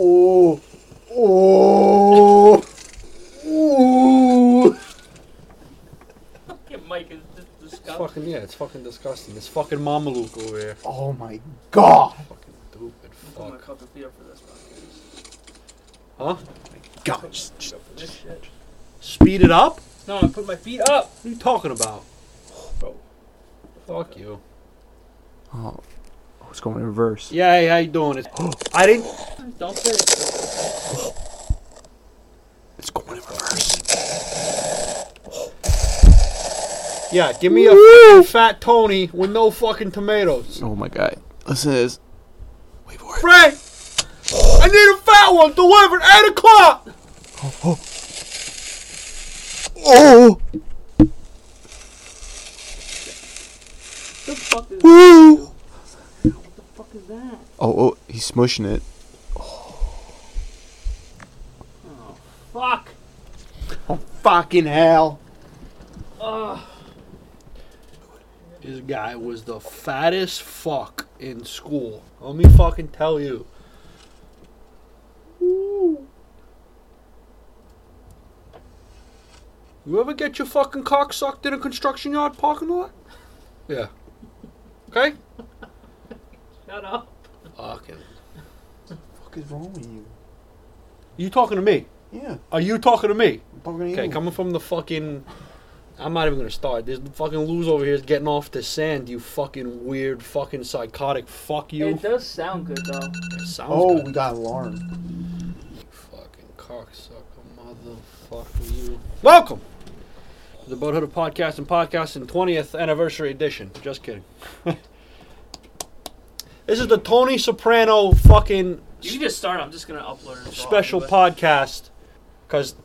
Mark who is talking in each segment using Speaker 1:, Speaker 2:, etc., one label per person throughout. Speaker 1: Oh, oh, oh.
Speaker 2: Fucking Mike is just disgusting.
Speaker 3: Fucking yeah, it's fucking disgusting. It's fucking Mameluke over here.
Speaker 1: Oh my god.
Speaker 3: Fucking stupid
Speaker 2: I'm gonna
Speaker 3: fuck.
Speaker 2: cut the feet up for this podcast.
Speaker 3: Huh?
Speaker 1: God.
Speaker 2: Feet up for this shit.
Speaker 3: Speed it up?
Speaker 2: No, I put my feet up,
Speaker 3: What are you talking about?
Speaker 2: bro.
Speaker 3: Fuck you.
Speaker 1: Oh, oh, it's going in reverse.
Speaker 3: Yeah, hey, how you doing? It's- I didn't.
Speaker 2: Don't say it.
Speaker 1: It's going in reverse.
Speaker 3: Yeah, give me a fucking fat Tony with no fucking tomatoes.
Speaker 1: Oh my god. Listen to this. Wait for it.
Speaker 3: Frank! I need a fat one delivered 8 o'clock!
Speaker 1: Oh,
Speaker 2: What the fuck is what
Speaker 1: oh,
Speaker 2: the fuck is that? Oh,
Speaker 1: oh, he's smushing it.
Speaker 2: Fuck.
Speaker 3: Fucking hell.
Speaker 2: Ugh.
Speaker 3: This guy was the fattest fuck in school. Let me fucking tell you. Ooh. You ever get your fucking cock sucked in a construction yard parking lot? Yeah. Okay?
Speaker 2: Shut up.
Speaker 3: Fucking.
Speaker 1: What is wrong with you?
Speaker 3: You talking to me?
Speaker 1: Yeah,
Speaker 3: Are you talking to me?
Speaker 1: I'm talking
Speaker 3: Okay, coming from the fucking. I'm not even gonna start. This fucking loser over here is getting off the sand. You fucking weird, fucking psychotic. Fuck you.
Speaker 2: It does sound good though.
Speaker 3: It sounds
Speaker 1: Oh,
Speaker 3: good.
Speaker 1: we got alarm.
Speaker 3: Fucking cocksucker, motherfucker, you. Welcome to the Boathood Podcast and Podcasting 20th Anniversary Edition. Just kidding. this is the Tony Soprano fucking
Speaker 2: You can just start. I'm just gonna upload it. as well,
Speaker 3: special
Speaker 2: but-
Speaker 3: podcast because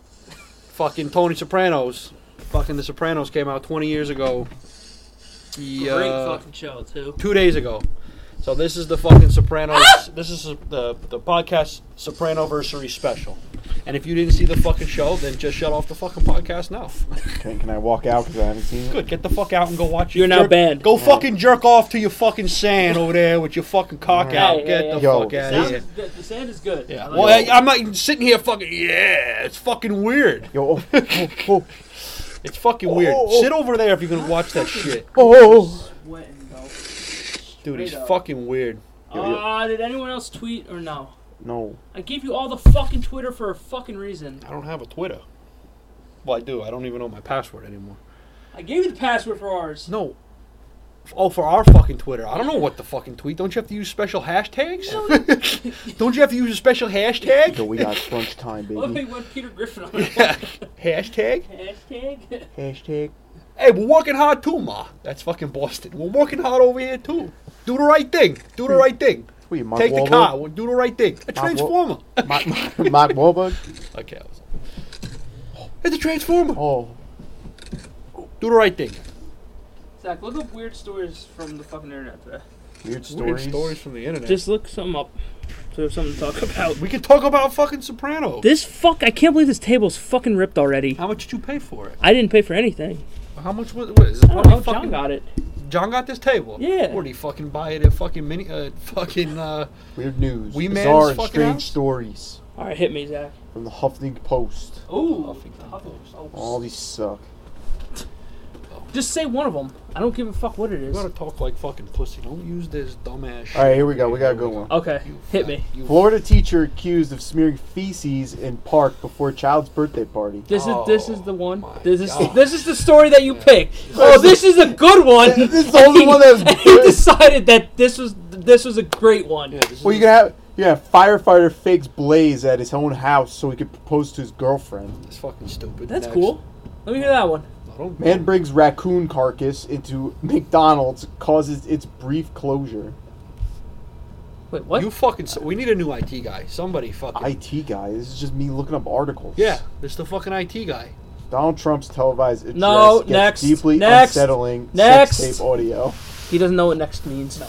Speaker 3: fucking Tony Sopranos, fucking The Sopranos came out 20 years ago. Yeah,
Speaker 2: Great fucking show too.
Speaker 3: two days ago. So this is the fucking Sopranos. This is the the podcast Sopranoversary special. And if you didn't see the fucking show, then just shut off the fucking podcast now.
Speaker 1: Can, can I walk out because I haven't seen it?
Speaker 3: Good, get the fuck out and go watch. your
Speaker 2: You're now
Speaker 3: jerk-
Speaker 2: banned.
Speaker 3: Go fucking jerk off to your fucking sand over there with your fucking cock
Speaker 1: Hey,
Speaker 3: out.
Speaker 2: hey,
Speaker 3: get
Speaker 2: hey.
Speaker 3: the
Speaker 1: Yo.
Speaker 3: fuck out of
Speaker 2: Sounds-
Speaker 3: here.
Speaker 2: the, the sand is good.
Speaker 3: Yeah.
Speaker 2: I like
Speaker 3: Well,
Speaker 2: it.
Speaker 3: I, I'm not even sitting here fucking. Yeah, it's fucking weird.
Speaker 1: Yo, oh, oh, oh,
Speaker 3: It's fucking weird.
Speaker 1: Oh, oh.
Speaker 3: Sit over there if you're gonna watch that shit,
Speaker 1: oh,
Speaker 2: sweating though.
Speaker 3: dude. He's
Speaker 2: Straight up.
Speaker 3: fucking weird.
Speaker 1: Yo, yo.
Speaker 2: Uh, did anyone else tweet or no?
Speaker 1: no.
Speaker 2: I gave you all the fucking Twitter for a fucking reason.
Speaker 3: I don't have a Twitter. Well, I do. I don't even know my password anymore.
Speaker 2: I gave you the password for ours.
Speaker 3: No. Oh, for our fucking Twitter. I don't know what the fucking tweet. Don't you have to use special hashtags? don't you have to use a special
Speaker 1: Yo,
Speaker 3: hashtag?
Speaker 1: we got crunch time,
Speaker 2: Let me
Speaker 1: baby.
Speaker 2: went Peter Griffin on it.
Speaker 3: Yeah. Hashtag?
Speaker 2: Hashtag.
Speaker 1: Hashtag.
Speaker 3: Hey, we're working hard too, Ma. That's fucking Boston. We're working hard over here too. Do the right thing. Do the right thing.
Speaker 1: What are you, Mark
Speaker 3: Take
Speaker 1: Wahlberg?
Speaker 3: the car. We'll do the right thing. A
Speaker 1: Mark Wahl-
Speaker 3: transformer.
Speaker 1: Mark, Mark Wahlberg?
Speaker 3: okay, I was. It's a transformer.
Speaker 1: Oh.
Speaker 3: Do the right thing.
Speaker 2: Zach, look up weird stories from the fucking internet today.
Speaker 1: Weird
Speaker 3: Weird
Speaker 1: stories.
Speaker 3: stories from the internet.
Speaker 2: Just look something up. So we have something to talk about.
Speaker 3: we can talk about fucking Soprano.
Speaker 2: This fuck, I can't believe this table's fucking ripped already.
Speaker 3: How much did you pay for it?
Speaker 2: I didn't pay for anything.
Speaker 3: How much was, was it?
Speaker 2: I don't
Speaker 3: probably
Speaker 2: know, John
Speaker 3: fucking-
Speaker 2: got it.
Speaker 3: John got this table.
Speaker 2: Yeah.
Speaker 3: Where did he fucking buy it at fucking mini? Uh, fucking uh,
Speaker 1: Weird news.
Speaker 3: We man's
Speaker 1: Bizarre and
Speaker 3: fucking
Speaker 1: strange
Speaker 3: house?
Speaker 1: stories
Speaker 2: All right, hit me, Zach.
Speaker 1: from the Huffington Post.
Speaker 2: Ooh.
Speaker 1: All these suck.
Speaker 2: Just say one of them. I don't give a fuck what it
Speaker 3: you
Speaker 2: is.
Speaker 3: gotta talk like fucking pussy. Don't use this dumbass. shit.
Speaker 1: All right, here we go. We got a good one.
Speaker 2: Okay,
Speaker 3: You
Speaker 2: hit
Speaker 3: fat-
Speaker 2: me.
Speaker 3: You
Speaker 1: Florida teacher accused of smearing feces in park before child's birthday party.
Speaker 2: This is this is the one.
Speaker 3: my
Speaker 2: This is
Speaker 3: God.
Speaker 2: this is the story that you picked. Oh, this is a good one.
Speaker 1: This is the only one that's
Speaker 2: And he
Speaker 1: good.
Speaker 2: decided that this was this was a great one.
Speaker 3: Yeah, this is
Speaker 1: Well, you gonna have yeah. Firefighter fakes blaze at his own house so he could propose to his girlfriend.
Speaker 3: It's fucking stupid.
Speaker 2: That's
Speaker 3: Next.
Speaker 2: cool. Let me hear that one.
Speaker 3: I don't-
Speaker 1: Man brings raccoon carcass into McDonald's, causes its brief closure.
Speaker 2: Wait, what?
Speaker 3: You fucking. s- We need a new IT guy. Somebody fucking.
Speaker 1: IT guy, this is just me looking up articles.
Speaker 3: yeah, this the fucking IT guy.
Speaker 1: Donald Trump's televised address
Speaker 2: No,
Speaker 1: gets
Speaker 2: next,
Speaker 1: deeply
Speaker 2: next,
Speaker 1: unsettling
Speaker 2: next.
Speaker 1: sex tape audio.
Speaker 2: He doesn't know what next means.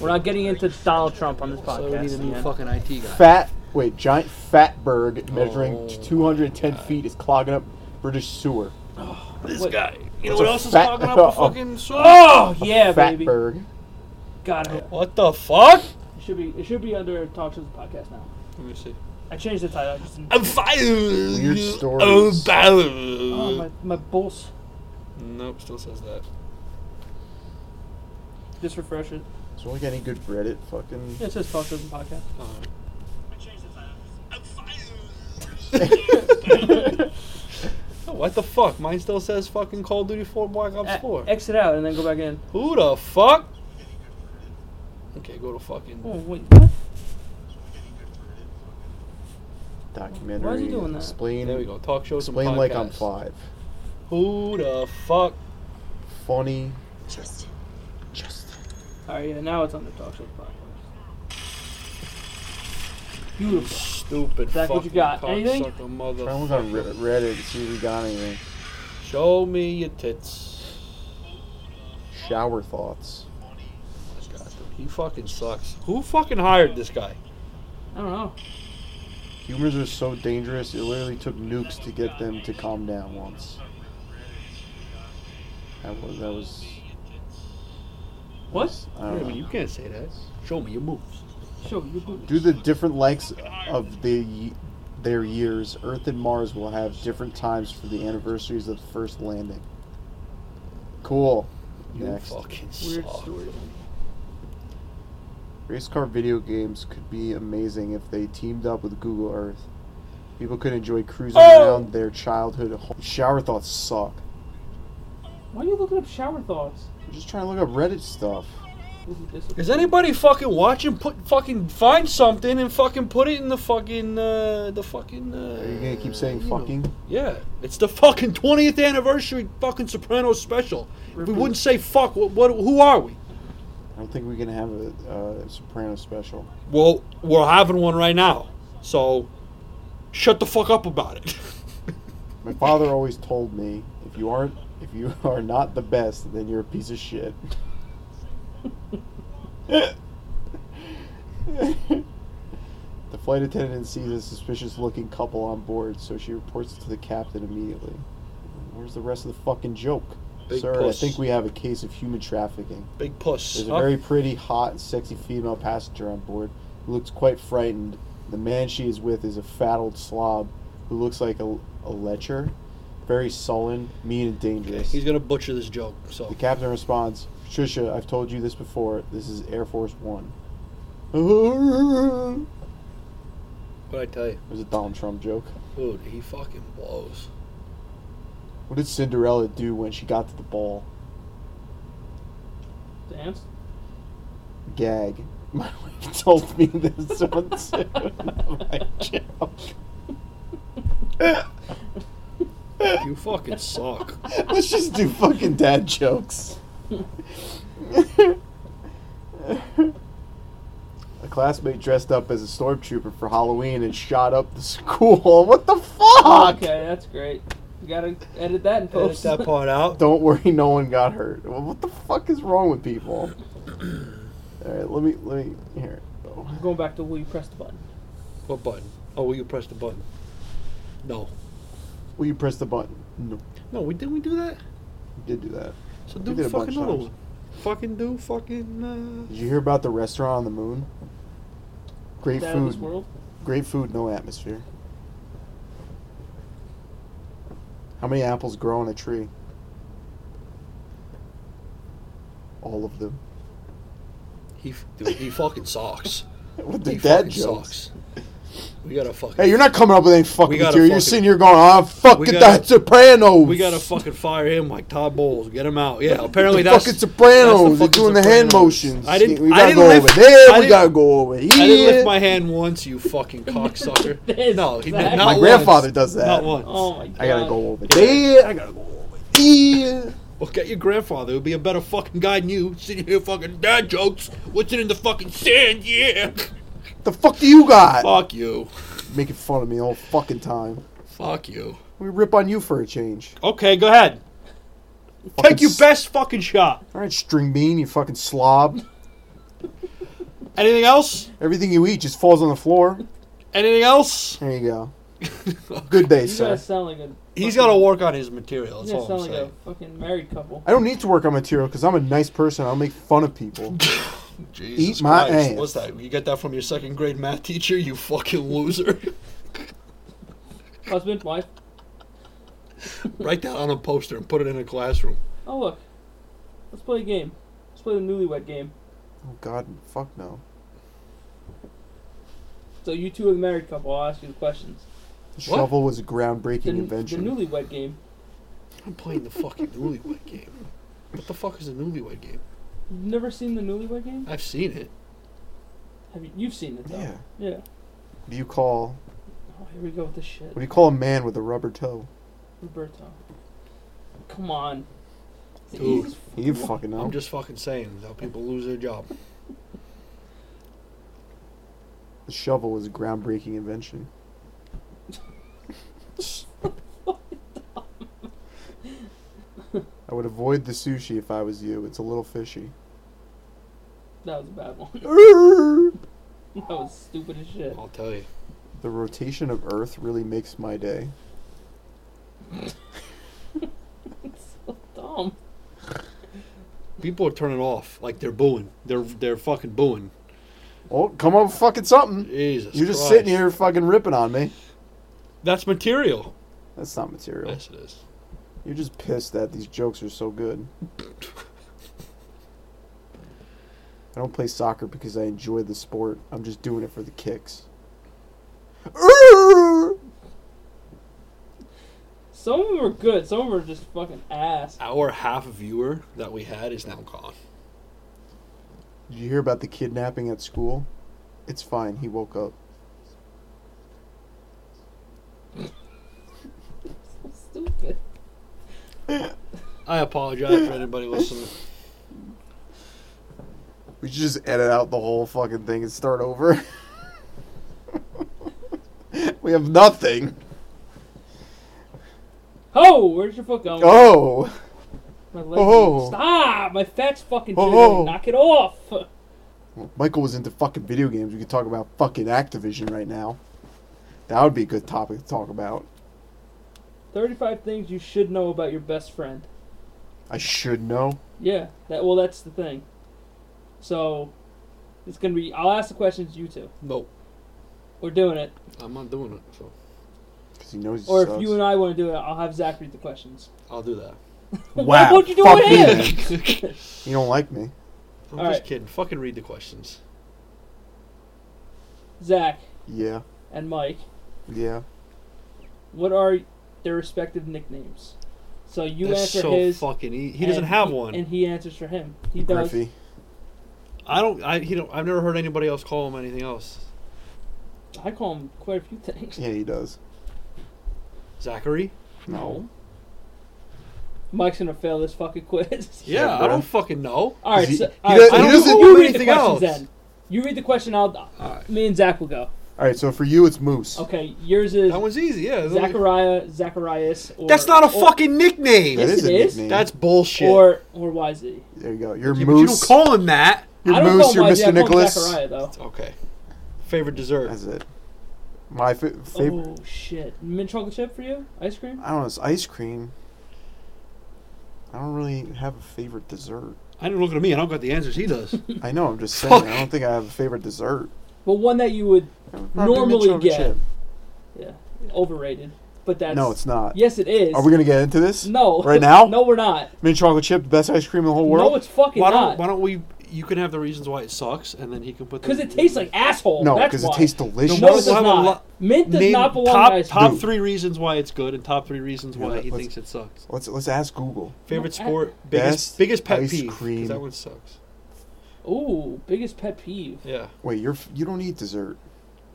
Speaker 2: We're not getting into Donald Trump on this
Speaker 3: So we need a
Speaker 2: podcast.
Speaker 3: new
Speaker 2: man.
Speaker 3: fucking IT guy.
Speaker 1: Fat wait, giant fatberg measuring
Speaker 3: Oh my
Speaker 1: 210 feet is clogging up British sewer.
Speaker 3: This
Speaker 2: What-
Speaker 3: guy. You know
Speaker 1: It's
Speaker 3: what
Speaker 1: a
Speaker 3: else is
Speaker 1: fat-
Speaker 3: clogging up the
Speaker 1: oh.
Speaker 3: fucking soil?
Speaker 2: Oh yeah, baby.
Speaker 1: fatberg.
Speaker 2: God, I hope-
Speaker 3: What the fuck?
Speaker 2: it should be it should be under Talk Shows podcast now.
Speaker 3: Let me see.
Speaker 2: I changed the title. I just didn't-
Speaker 3: I'm fine. Weird
Speaker 1: stories.
Speaker 2: oh, my, my bulls.
Speaker 3: Nope, still says that.
Speaker 2: Just refresh it.
Speaker 1: So we got any good Reddit fucking?
Speaker 2: It says Fuck Doesn't Podcast.
Speaker 3: Oh, what the fuck? Mine still says fucking Call of Duty 4 Black Ops
Speaker 2: Uh,
Speaker 3: 4.
Speaker 2: exit out and then go back in.
Speaker 3: Who the fuck? Okay, go to fucking.
Speaker 2: Oh, wait. What?
Speaker 1: documentary.
Speaker 2: doing that?
Speaker 1: Explain.
Speaker 3: There we go. Talk shows and
Speaker 1: Explain like I'm
Speaker 3: podcasts.
Speaker 1: five.
Speaker 3: Who the fuck?
Speaker 1: Funny.
Speaker 2: Alright, Oh, yeah, now it's on the Talk Show Podcast. Beautiful.
Speaker 3: Stupid
Speaker 2: Zach,
Speaker 3: fucking
Speaker 2: what you got?
Speaker 3: cocksucker
Speaker 2: Anything?
Speaker 1: Try and look
Speaker 3: motherfucker.
Speaker 1: on Re- Reddit to see if we got anything.
Speaker 3: Show me your tits.
Speaker 1: Shower thoughts.
Speaker 3: God, dude, he fucking sucks. Who fucking hired this guy?
Speaker 2: I don't know.
Speaker 1: Humans are so dangerous. It literally took nukes to get them to calm down once. That was that was.
Speaker 2: What?
Speaker 3: Wait
Speaker 1: I
Speaker 3: a
Speaker 1: don't know.
Speaker 3: minute, you can't say that. Show me your moves.
Speaker 2: Show you boot.
Speaker 1: Due to the different lengths of the ye- their years, Earth and Mars will have different times for the anniversaries of the first landing. Cool.
Speaker 3: You
Speaker 1: Next.
Speaker 3: fucking
Speaker 2: Weird
Speaker 3: suck.
Speaker 2: story.
Speaker 1: Race car video games could be amazing if they teamed up with Google Earth. People could enjoy cruising
Speaker 2: Oh!
Speaker 1: around their childhood home. Shower thoughts suck.
Speaker 2: Why are you looking up shower thoughts?
Speaker 1: I'm just trying to look up Reddit stuff.
Speaker 2: This is dis-
Speaker 3: Is anybody fucking watching? Put fucking find something and fucking put it in the fucking uh, the fucking. Uh,
Speaker 1: Are you gonna keep saying
Speaker 3: you know.
Speaker 1: fucking?
Speaker 3: Yeah, it's the fucking twentieth anniversary fucking Sopranos special. If we
Speaker 2: Reboot.
Speaker 3: wouldn't say fuck, what, what? Who are we?
Speaker 1: I don't think we can have a uh, Soprano special.
Speaker 3: Well, we're having one right now, so shut the fuck up about it.
Speaker 1: My father always told me, if you aren't, if you are not the best, then you're a piece of shit. the flight attendant sees a suspicious-looking couple on board, so she reports it to the captain immediately. Where's the rest of the fucking joke,
Speaker 3: Big
Speaker 1: sir?
Speaker 3: puss.
Speaker 1: I think we have a case of human trafficking.
Speaker 3: Big puss.
Speaker 1: There's a
Speaker 3: huh?
Speaker 1: very pretty, hot, and sexy female passenger on board who looks quite frightened. The man she is with is a fat old slob who looks like a, a lecher, very sullen, mean, and
Speaker 3: Okay,
Speaker 1: dangerous.
Speaker 3: He's gonna butcher this joke. So
Speaker 1: The captain responds, Patricia, I've told you this before. This is Air Force One. It
Speaker 3: what I tell you,
Speaker 1: was a Donald Trump joke.
Speaker 3: dude, he fucking blows.
Speaker 1: What did Cinderella do when she got to the ball?
Speaker 2: Dance?
Speaker 1: Gag. My wife told me this once. I'm like,
Speaker 3: You fucking suck.
Speaker 1: Let's just do fucking dad jokes. a classmate dressed up as a stormtrooper for Halloween and shot up the school. What the fuck?
Speaker 2: Okay, that's great. You gotta edit that and
Speaker 3: Edit
Speaker 2: post
Speaker 3: that part out.
Speaker 1: Don't worry, no one got hurt. What the fuck is wrong with people? All right, let me let me here.
Speaker 2: I'm going back to where you pressed the button.
Speaker 3: What button? Oh, will you press the button? No.
Speaker 1: Will you press the button? No,
Speaker 3: No, we didn't we do that?
Speaker 1: you did do that.
Speaker 3: So
Speaker 1: We
Speaker 3: do
Speaker 1: did a
Speaker 3: fucking
Speaker 1: bunch
Speaker 3: another
Speaker 1: times.
Speaker 3: one. Fucking do fucking. Uh...
Speaker 1: Did you hear about the restaurant on the moon? Great
Speaker 2: Out of this
Speaker 1: food.
Speaker 2: world.
Speaker 1: Great food, no atmosphere. How many apples grow on a tree? All of them.
Speaker 3: He f- dude, he fucking sucks.
Speaker 1: With the
Speaker 3: he
Speaker 1: dad
Speaker 3: fucking
Speaker 1: jokes.
Speaker 3: sucks. We gotta fucking.
Speaker 1: Hey, you're not coming up with any fucking
Speaker 3: We gotta
Speaker 1: material. You're
Speaker 3: fucking-
Speaker 1: sitting here going, "Ah, "I'm fucking
Speaker 3: gotta-
Speaker 1: that Sopranos."
Speaker 3: We gotta fucking fire him like Todd Bowles. Get him out. Yeah,
Speaker 1: The
Speaker 3: apparently that's
Speaker 1: fucking Sopranos.
Speaker 3: that's the
Speaker 1: They're
Speaker 3: fucking
Speaker 1: doing the hand
Speaker 3: Sopranos.
Speaker 1: motions.
Speaker 3: I didn't.
Speaker 1: We
Speaker 3: I
Speaker 1: gotta
Speaker 3: didn't
Speaker 1: go
Speaker 3: lift,
Speaker 1: over there.
Speaker 3: I
Speaker 1: we
Speaker 3: didn't-
Speaker 1: gotta go over here.
Speaker 3: I didn't lift my hand once. You fucking cocksucker.
Speaker 2: This
Speaker 3: no, he
Speaker 2: Zach.
Speaker 3: did not.
Speaker 1: My
Speaker 3: once.
Speaker 1: grandfather does that.
Speaker 3: Not once.
Speaker 2: Oh my god.
Speaker 1: I gotta go over there. I gotta go over here.
Speaker 3: Well, get your grandfather. He'll be a better fucking guy than you. Sitting here fucking dad jokes. What's it in the fucking sand? Yeah.
Speaker 1: The fuck do you got?
Speaker 3: Fuck you.
Speaker 1: Making fun of me all fucking time.
Speaker 3: Fuck you.
Speaker 1: We rip on you for a change.
Speaker 3: Okay, go ahead.
Speaker 1: Fucking
Speaker 3: Take your
Speaker 1: s-
Speaker 3: best fucking shot.
Speaker 1: All right, string bean, you fucking slob.
Speaker 3: Anything else?
Speaker 1: Everything you eat just falls on the floor.
Speaker 3: Anything else?
Speaker 1: There you go. Good day,
Speaker 2: You
Speaker 1: sir.
Speaker 2: guys sound like a.
Speaker 3: He's
Speaker 2: fucking-
Speaker 3: got to work on his material. That's
Speaker 2: You guys
Speaker 3: all I'm
Speaker 2: sound like
Speaker 3: saying.
Speaker 2: a fucking married couple.
Speaker 1: I don't need to work on material because I'm a nice person. I'll make fun of people.
Speaker 3: Jesus
Speaker 1: my
Speaker 3: Christ.
Speaker 1: ass.
Speaker 3: What's that? You get that from your second grade math teacher, you fucking loser.
Speaker 2: Husband, wife.
Speaker 3: Write that on a poster and put it in a classroom.
Speaker 2: Oh look, let's play a game. Let's play the newlywed game.
Speaker 1: Oh God, fuck no.
Speaker 2: So you two are the married couple. I'll ask you the questions.
Speaker 1: The
Speaker 3: What?
Speaker 1: shovel was a groundbreaking
Speaker 2: The, the
Speaker 1: invention.
Speaker 2: newlywed game.
Speaker 3: I'm playing the fucking newlywed game. What the fuck is a newlywed game?
Speaker 2: You've never seen the newlywed game?
Speaker 3: I've seen it.
Speaker 2: Have you? You've seen it though.
Speaker 1: yeah.
Speaker 2: Yeah.
Speaker 1: What do you call
Speaker 2: Oh, here we go with this shit.
Speaker 1: what do you call a man with a rubber toe?
Speaker 2: Roberto. Come on. It's the
Speaker 3: Dude.
Speaker 2: easiest-
Speaker 1: You fucking know.
Speaker 3: I'm just fucking saying how people lose their job.
Speaker 1: the shovel was a groundbreaking invention. I would avoid the sushi if I was you. It's a little fishy.
Speaker 2: That was a bad one.
Speaker 1: the
Speaker 2: That was stupid as shit.
Speaker 3: I'll tell you.
Speaker 1: rotation of Earth really makes my day.
Speaker 2: It's so dumb.
Speaker 3: People are turning off. Like they're booing. They're they're fucking booing.
Speaker 1: Oh, come up with fucking something.
Speaker 3: Jesus.
Speaker 1: You're just
Speaker 3: Christ.
Speaker 1: sitting here fucking ripping on me.
Speaker 3: That's material.
Speaker 1: That's not material.
Speaker 3: Yes, it is.
Speaker 1: You're just pissed that these jokes are so good. I don't play soccer because I enjoy the sport. I'm just doing it for the kicks.
Speaker 2: Some of them were good. Some of them were just fucking ass.
Speaker 3: Our half viewer that we had is now gone.
Speaker 1: Did you hear about the kidnapping at school? It's fine. He woke up.
Speaker 2: So stupid.
Speaker 3: I apologize for anybody listening.
Speaker 1: We should just edit out the whole fucking thing and start over. we have nothing.
Speaker 2: Oh, where's your foot going?
Speaker 1: Oh,
Speaker 2: My leg.
Speaker 1: Oh.
Speaker 2: Stop! My fat's fucking
Speaker 1: Oh.
Speaker 2: jiggling. Knock it off.
Speaker 1: Michael was into fucking video games. We could talk about fucking Activision right now. That would be a good topic to talk about.
Speaker 2: Thirty-five things you should know about your best friend.
Speaker 1: I should know.
Speaker 2: Yeah. That. Well, that's the thing. So, it's gonna be. I'll ask the questions. You two.
Speaker 3: Nope.
Speaker 2: We're doing it.
Speaker 3: I'm not doing it. So
Speaker 1: Because he knows he
Speaker 2: Or if
Speaker 1: sucks.
Speaker 2: you and I want to do it, I'll have Zach read the questions.
Speaker 3: I'll do that.
Speaker 1: Wow,
Speaker 2: what'd you do
Speaker 1: fuck
Speaker 2: with
Speaker 1: me,
Speaker 2: him?
Speaker 1: man. You don't like me.
Speaker 3: I'm
Speaker 2: All
Speaker 3: just
Speaker 2: right.
Speaker 3: kidding. Fucking read the questions.
Speaker 2: Zach
Speaker 1: Yeah,
Speaker 2: and Mike,
Speaker 1: yeah.
Speaker 2: what are their respective nicknames? So you
Speaker 3: That's
Speaker 2: answer
Speaker 3: so
Speaker 2: his.
Speaker 3: fucking. E- he
Speaker 2: and
Speaker 3: doesn't have one.
Speaker 2: And he answers for him. He does.
Speaker 1: Griffey.
Speaker 3: I don't. I he don't. I've never heard anybody else call him anything else.
Speaker 2: I call him quite a few things.
Speaker 1: Yeah, he does.
Speaker 3: Zachary.
Speaker 1: No.
Speaker 2: Mike's gonna fail this fucking quiz.
Speaker 1: Yeah,
Speaker 3: Yeah, I
Speaker 1: bro.
Speaker 3: don't fucking know.
Speaker 2: All right,
Speaker 1: He-
Speaker 2: so
Speaker 1: he
Speaker 2: all right,
Speaker 1: does-
Speaker 2: so
Speaker 1: he
Speaker 2: you-
Speaker 1: doesn't
Speaker 2: you
Speaker 3: do
Speaker 2: read the
Speaker 3: anything
Speaker 2: questions
Speaker 3: else.
Speaker 2: then. You read the question. I'll.
Speaker 3: All right.
Speaker 2: Me and Zach will go.
Speaker 1: All right, so for you, it's Moose.
Speaker 2: Okay, yours is
Speaker 3: That one's easy. Yeah.
Speaker 2: Zachariah, Zacharias. Or,
Speaker 3: That's not a
Speaker 2: or-
Speaker 3: fucking nickname.
Speaker 1: that
Speaker 2: Yes,
Speaker 1: is
Speaker 2: it
Speaker 1: a
Speaker 2: is.
Speaker 1: nickname.
Speaker 3: That's bullshit.
Speaker 2: Or or YZ.
Speaker 1: there you go. You're
Speaker 3: Yeah, but you
Speaker 1: Moose.
Speaker 3: don't call him that.
Speaker 2: I
Speaker 1: you're
Speaker 2: don't
Speaker 1: Moose. You're
Speaker 2: call him YZ, I
Speaker 1: Mr.
Speaker 2: call him
Speaker 1: Nicholas.
Speaker 2: Zachariah though.
Speaker 3: Okay. Favorite dessert.
Speaker 1: That's it. My fa- favorite.
Speaker 2: Oh shit! Mint chocolate chip for you? Ice cream?
Speaker 1: I don't know. It's ice cream. I don't really have a favorite dessert.
Speaker 3: I didn't look at me. I don't got the answers he does.
Speaker 1: I know. I'm just saying.
Speaker 3: Fuck.
Speaker 1: I don't think I have a favorite dessert.
Speaker 2: But one that you would
Speaker 1: Probably mint
Speaker 2: normally
Speaker 1: chocolate
Speaker 2: get.
Speaker 1: chip.
Speaker 2: Yeah, overrated. But that's
Speaker 1: No, it's not.
Speaker 2: Yes, it is.
Speaker 1: Are we gonna get into this?
Speaker 2: No.
Speaker 1: Right now?
Speaker 2: no, we're not.
Speaker 1: Mint chocolate chip, the best ice cream in the whole world.
Speaker 2: No, it's fucking
Speaker 3: why don't
Speaker 2: not.
Speaker 3: Why don't we? You can have the reasons why it sucks, and then he can put. the-
Speaker 2: Because it tastes like asshole.
Speaker 1: No,
Speaker 2: because
Speaker 1: it tastes delicious.
Speaker 2: No, it
Speaker 3: We'll
Speaker 2: does
Speaker 3: have a
Speaker 2: not.
Speaker 3: lo-
Speaker 2: Mint does
Speaker 3: Name
Speaker 2: not belong
Speaker 3: top,
Speaker 2: in ice
Speaker 3: top
Speaker 1: Dude.
Speaker 3: three reasons why it's good and top three reasons why
Speaker 1: Yeah,
Speaker 3: he
Speaker 1: let's-
Speaker 3: thinks it sucks.
Speaker 1: Let's let's ask Google.
Speaker 3: Favorite
Speaker 2: I-
Speaker 3: sport,
Speaker 1: Best
Speaker 3: biggest biggest pet
Speaker 1: ice
Speaker 3: peeve. 'cause
Speaker 1: cream.
Speaker 3: That one sucks.
Speaker 2: Ooh, biggest pet peeve.
Speaker 3: Yeah.
Speaker 1: Wait, you're f- you don't eat dessert.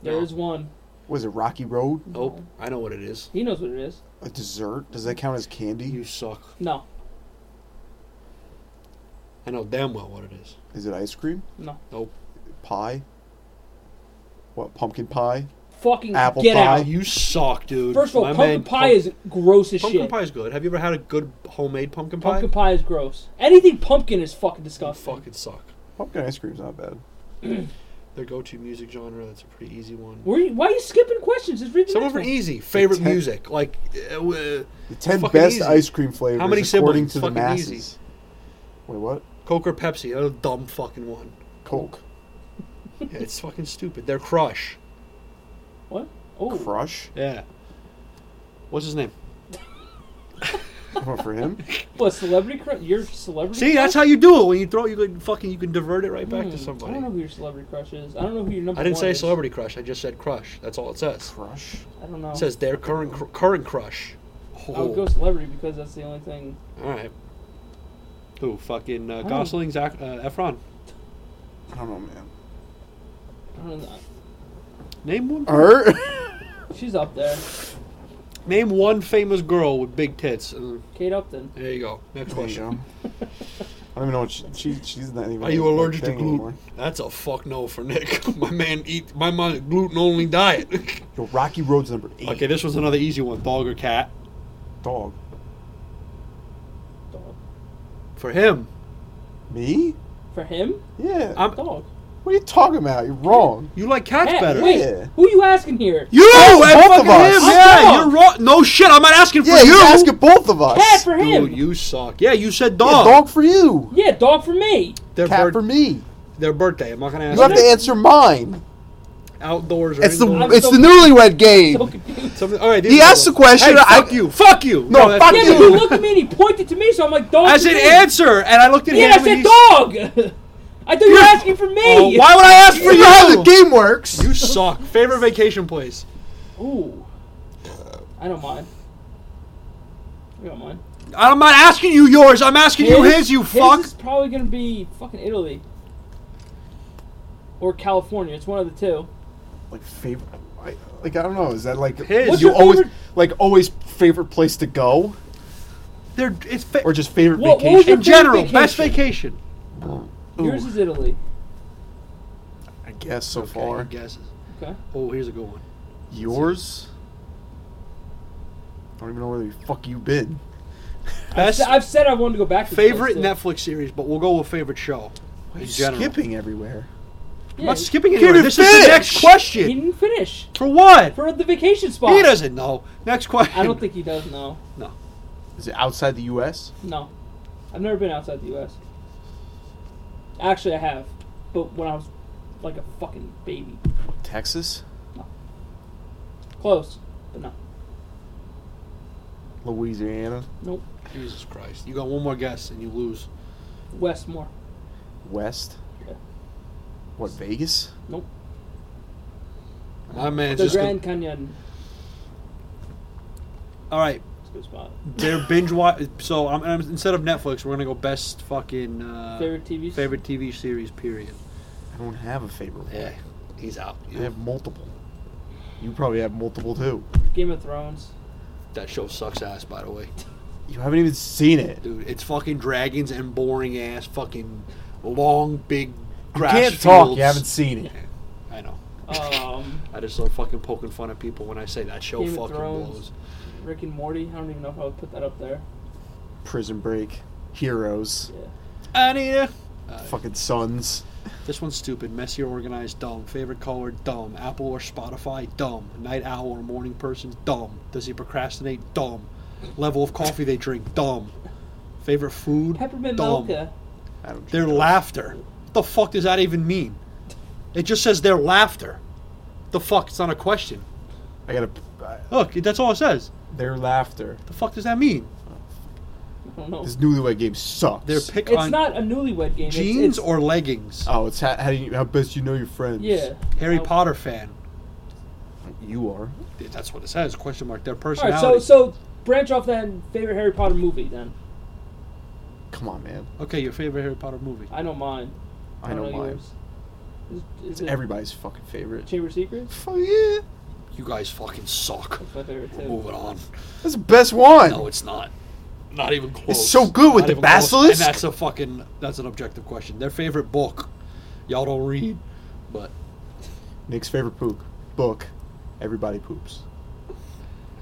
Speaker 2: There
Speaker 3: No.
Speaker 2: is one.
Speaker 1: Was it Rocky Road?
Speaker 3: Nope. I know what it is.
Speaker 2: He knows what it is.
Speaker 1: A dessert? Does that count as
Speaker 3: You
Speaker 1: candy?
Speaker 3: suck.
Speaker 2: No,
Speaker 3: I know damn well what it is.
Speaker 1: Is it ice cream?
Speaker 2: no.
Speaker 3: Nope.
Speaker 1: Pie? What pumpkin pie?
Speaker 2: Fucking
Speaker 1: Apple
Speaker 2: get
Speaker 1: pie.
Speaker 2: out.
Speaker 3: You suck, dude.
Speaker 2: First of all,
Speaker 3: My
Speaker 2: pumpkin
Speaker 3: man,
Speaker 2: pie
Speaker 3: pump-
Speaker 2: is gross as
Speaker 3: pumpkin
Speaker 2: shit.
Speaker 3: pie is good. Have you ever had a good homemade pumpkin pie?
Speaker 2: Pumpkin pie is gross. Anything pumpkin is fucking
Speaker 3: You
Speaker 2: disgusting.
Speaker 3: fucking suck.
Speaker 1: Pumpkin ice cream's not bad.
Speaker 3: Their go-to music genre. That's a pretty easy one.
Speaker 2: Were you, why are you skipping questions? Just read the
Speaker 3: Some
Speaker 2: next
Speaker 3: of them are
Speaker 2: one.
Speaker 3: easy. Favorite
Speaker 1: ten-
Speaker 3: music, like uh, uh,
Speaker 1: The ten
Speaker 3: Fucking
Speaker 1: best
Speaker 3: easy.
Speaker 1: ice cream flavors
Speaker 3: many
Speaker 1: according
Speaker 3: siblings?
Speaker 1: to the
Speaker 3: Fucking
Speaker 1: masses.
Speaker 3: easy.
Speaker 1: Wait, what?
Speaker 3: Coke or Pepsi. That's a dumb fucking one.
Speaker 1: Coke.
Speaker 3: Yeah, it's fucking stupid. They're Crush.
Speaker 2: What? Oh,
Speaker 1: Crush?
Speaker 3: Yeah. What's his name?
Speaker 1: What, for him?
Speaker 2: what celebrity? Crush? Your celebrity?
Speaker 3: See, that's how
Speaker 2: crush?
Speaker 3: you do it. When you throw, it, you can fucking you can divert it right back to
Speaker 2: Hmm, I
Speaker 3: somebody.
Speaker 2: don't know who your celebrity crush is. I don't know who your number.
Speaker 3: I didn't
Speaker 2: one
Speaker 3: say
Speaker 2: is.
Speaker 3: celebrity crush. I just said crush. That's all it says.
Speaker 1: Crush?
Speaker 2: I don't know.
Speaker 3: It says their current cr- current crush.
Speaker 2: I would go celebrity because that's the only thing.
Speaker 3: All right. Who fucking uh,
Speaker 2: don't-
Speaker 3: Gosling, Zac, uh, Efron?
Speaker 1: I don't know, man.
Speaker 2: I don't know.
Speaker 3: Name one.
Speaker 1: Er?
Speaker 2: She's up there.
Speaker 3: Name one famous girl with big tits. Uh,
Speaker 2: Kate Upton.
Speaker 3: there you go. Next
Speaker 1: There you go.
Speaker 3: question.
Speaker 1: I don't even know what she, she she's not even.
Speaker 3: Are you
Speaker 1: a
Speaker 3: allergic to
Speaker 1: thing anymore.
Speaker 3: gluten? That's a fuck no for Nick. my man eat my man gluten only diet.
Speaker 1: Yo, Rocky Road's number eight.
Speaker 3: okay, this was another easy one. Dog or cat?
Speaker 1: Dog.
Speaker 2: Dog.
Speaker 3: For him,
Speaker 1: Me?
Speaker 2: For him?
Speaker 1: Yeah.
Speaker 3: I'm.
Speaker 2: Dog.
Speaker 1: what are you talking about? You're wrong.
Speaker 3: You like cats
Speaker 2: Hey,
Speaker 3: better.
Speaker 2: Wait,
Speaker 1: Yeah.
Speaker 2: who you asking here?
Speaker 3: You
Speaker 1: Both-
Speaker 3: and
Speaker 1: both
Speaker 3: fucking
Speaker 1: of us.
Speaker 3: him.
Speaker 1: I'm
Speaker 3: Yeah,
Speaker 1: wrong.
Speaker 3: you're wrong. No shit. I'm not asking
Speaker 1: Yeah,
Speaker 3: for you.
Speaker 1: you asking both of us.
Speaker 2: Cat for him.
Speaker 3: Dude, you suck. Yeah, you said
Speaker 1: Yeah,
Speaker 3: dog.
Speaker 1: dog for you.
Speaker 2: yeah, dog for me.
Speaker 3: Their,
Speaker 1: Cat
Speaker 3: bird-
Speaker 1: for me.
Speaker 3: their birthday. I'm not gonna ask.
Speaker 1: You have to
Speaker 3: you.
Speaker 1: answer mine.
Speaker 3: outdoors or
Speaker 1: It's the
Speaker 3: indoors.
Speaker 2: I'm
Speaker 1: it's
Speaker 2: so
Speaker 1: the newlywed
Speaker 2: So
Speaker 1: game.
Speaker 2: confused.
Speaker 3: Something- all right,
Speaker 1: He asked the question,
Speaker 3: Hey,
Speaker 1: I-
Speaker 3: fuck you. Fuck you.
Speaker 1: No,
Speaker 3: that's-
Speaker 1: fuck
Speaker 2: Yeah, but
Speaker 1: you.
Speaker 2: he looked at me and he pointed to me, so I'm like, dog.
Speaker 3: I
Speaker 2: for
Speaker 3: said
Speaker 2: me.
Speaker 3: answer, and I looked at
Speaker 2: Yeah,
Speaker 3: him.
Speaker 2: I
Speaker 3: and
Speaker 2: said
Speaker 3: he-
Speaker 2: dog. I thought you were
Speaker 3: You're-
Speaker 2: asking for
Speaker 3: Oh,
Speaker 2: me.
Speaker 3: why would I ask for
Speaker 1: You know how the
Speaker 3: you?
Speaker 1: game works.
Speaker 3: You suck. Favorite vacation place?
Speaker 2: Ooh. I don't mind. I don't mind.
Speaker 3: I'm not asking you yours. I'm asking you his. You fuck.
Speaker 2: is probably gonna be fucking Italy or California. It's one of the two.
Speaker 1: Like favorite. I, like I don't know. Is that like
Speaker 3: His. What's
Speaker 1: you
Speaker 2: your
Speaker 1: always
Speaker 2: favorite-
Speaker 1: like always favorite place to go
Speaker 3: They're, it's fa-
Speaker 1: or just favorite
Speaker 2: What- what was
Speaker 1: vacation?
Speaker 2: your
Speaker 3: in general
Speaker 2: favorite
Speaker 3: best
Speaker 2: vacation?
Speaker 3: vacation.
Speaker 2: Yours
Speaker 1: Ooh,
Speaker 2: is Italy.
Speaker 1: I guess so
Speaker 3: Okay,
Speaker 1: far.
Speaker 3: guesses.
Speaker 2: Okay.
Speaker 3: Oh, here's a good one.
Speaker 1: Yours? I don't even know where the fuck you been.
Speaker 3: Best
Speaker 2: So I've said I wanted to go back. to this
Speaker 3: favorite
Speaker 2: place,
Speaker 3: Netflix series, but we'll go with favorite show. In general.
Speaker 1: Skipping everywhere.
Speaker 2: too.
Speaker 3: I'm
Speaker 2: Yeah,
Speaker 3: not skipping
Speaker 1: Get
Speaker 3: anywhere.
Speaker 1: it
Speaker 3: This is the next
Speaker 1: finished.
Speaker 2: He
Speaker 3: question.
Speaker 2: didn't finish
Speaker 3: For what?
Speaker 2: for the vacation spot.
Speaker 3: He doesn't know. Next question.
Speaker 2: I don't think he does. No,
Speaker 3: No.
Speaker 1: Is it outside the U.S.?
Speaker 2: no. I've never been outside the U.S. Actually, I have, but when I was like a fucking baby.
Speaker 1: Texas?
Speaker 2: Close, but no.
Speaker 1: Louisiana?
Speaker 2: Nope.
Speaker 3: Jesus Christ. You got one more guess and you lose.
Speaker 2: Westmore.
Speaker 1: West?
Speaker 2: Yeah.
Speaker 1: What, Vegas?
Speaker 2: Nope.
Speaker 3: My man's
Speaker 2: the
Speaker 3: just.
Speaker 2: Grand Canyon.
Speaker 3: all right.
Speaker 2: It's a good spot.
Speaker 3: They're binge watch. So I'm, I'm, instead of Netflix, we're gonna go best fucking uh,
Speaker 2: Favorite TV.
Speaker 3: favorite TV series. Period.
Speaker 1: I don't have a favorite one.
Speaker 3: Yeah, he's out.
Speaker 1: I have multiple. You probably have multiple too.
Speaker 2: Game of Thrones.
Speaker 3: That show sucks ass, by the way,
Speaker 1: You haven't even seen it.
Speaker 3: dude. It's fucking dragons and boring ass fucking long big
Speaker 1: You
Speaker 3: grass
Speaker 1: can't talk.
Speaker 3: fields.
Speaker 1: You haven't seen it.
Speaker 3: I know.
Speaker 2: Um,
Speaker 3: I just love fucking poking fun at people when I say that show
Speaker 2: Game of
Speaker 3: fucking
Speaker 2: Thrones.
Speaker 3: blows.
Speaker 2: Rick and Morty. I don't even know if I would put that up there.
Speaker 1: Prison Break, Heroes,
Speaker 2: Yeah.
Speaker 3: I need a. Uh,
Speaker 1: fucking Sons.
Speaker 3: This one's stupid. Messy or organized, dumb. Favorite color, dumb. Apple or Spotify, dumb. Night owl or morning person, dumb. Does he procrastinate? Dumb. Level of coffee they drink, dumb. Favorite food,
Speaker 2: Peppermint
Speaker 3: dumb.
Speaker 2: Mocha.
Speaker 1: I don't.
Speaker 3: Their laughter. What the fuck does that even mean? It just says their laughter. The fuck? It's not a question.
Speaker 1: I gotta. I,
Speaker 3: Look, that's all it says.
Speaker 1: their laughter.
Speaker 3: The fuck does that mean?
Speaker 2: I don't know.
Speaker 1: This newlywed game sucks.
Speaker 3: Their pick
Speaker 2: It's
Speaker 3: on
Speaker 2: not a newlywed game.
Speaker 3: jeans
Speaker 2: it's, it's,
Speaker 3: or leggings.
Speaker 1: Oh, it's how, how do you how best you know your friends.
Speaker 2: yeah.
Speaker 3: Harry
Speaker 2: Oh.
Speaker 3: Potter fan.
Speaker 1: you are.
Speaker 3: That's what it says. Question mark. Their
Speaker 2: All
Speaker 3: personality.
Speaker 2: right. So so branch off then. Favorite Harry Potter movie then.
Speaker 1: Come on, man.
Speaker 3: okay, your favorite Harry Potter movie.
Speaker 2: I know mine.
Speaker 1: I know mine.
Speaker 2: yours. Is, is
Speaker 1: It's
Speaker 2: it
Speaker 1: everybody's fucking favorite.
Speaker 2: Chamber of Secrets.
Speaker 1: Fuck yeah,
Speaker 3: You guys fucking suck.
Speaker 2: That's my favorite
Speaker 3: We're
Speaker 2: too.
Speaker 3: moving on.
Speaker 1: that's the best one.
Speaker 3: No, it's not. Not even close.
Speaker 1: so good with
Speaker 3: Not
Speaker 1: the
Speaker 3: even close.
Speaker 1: basilisk.
Speaker 3: And that's a fucking. That's an objective question. Their favorite book. Y'all don't read, but
Speaker 1: Nick's favorite poop book. Everybody poops.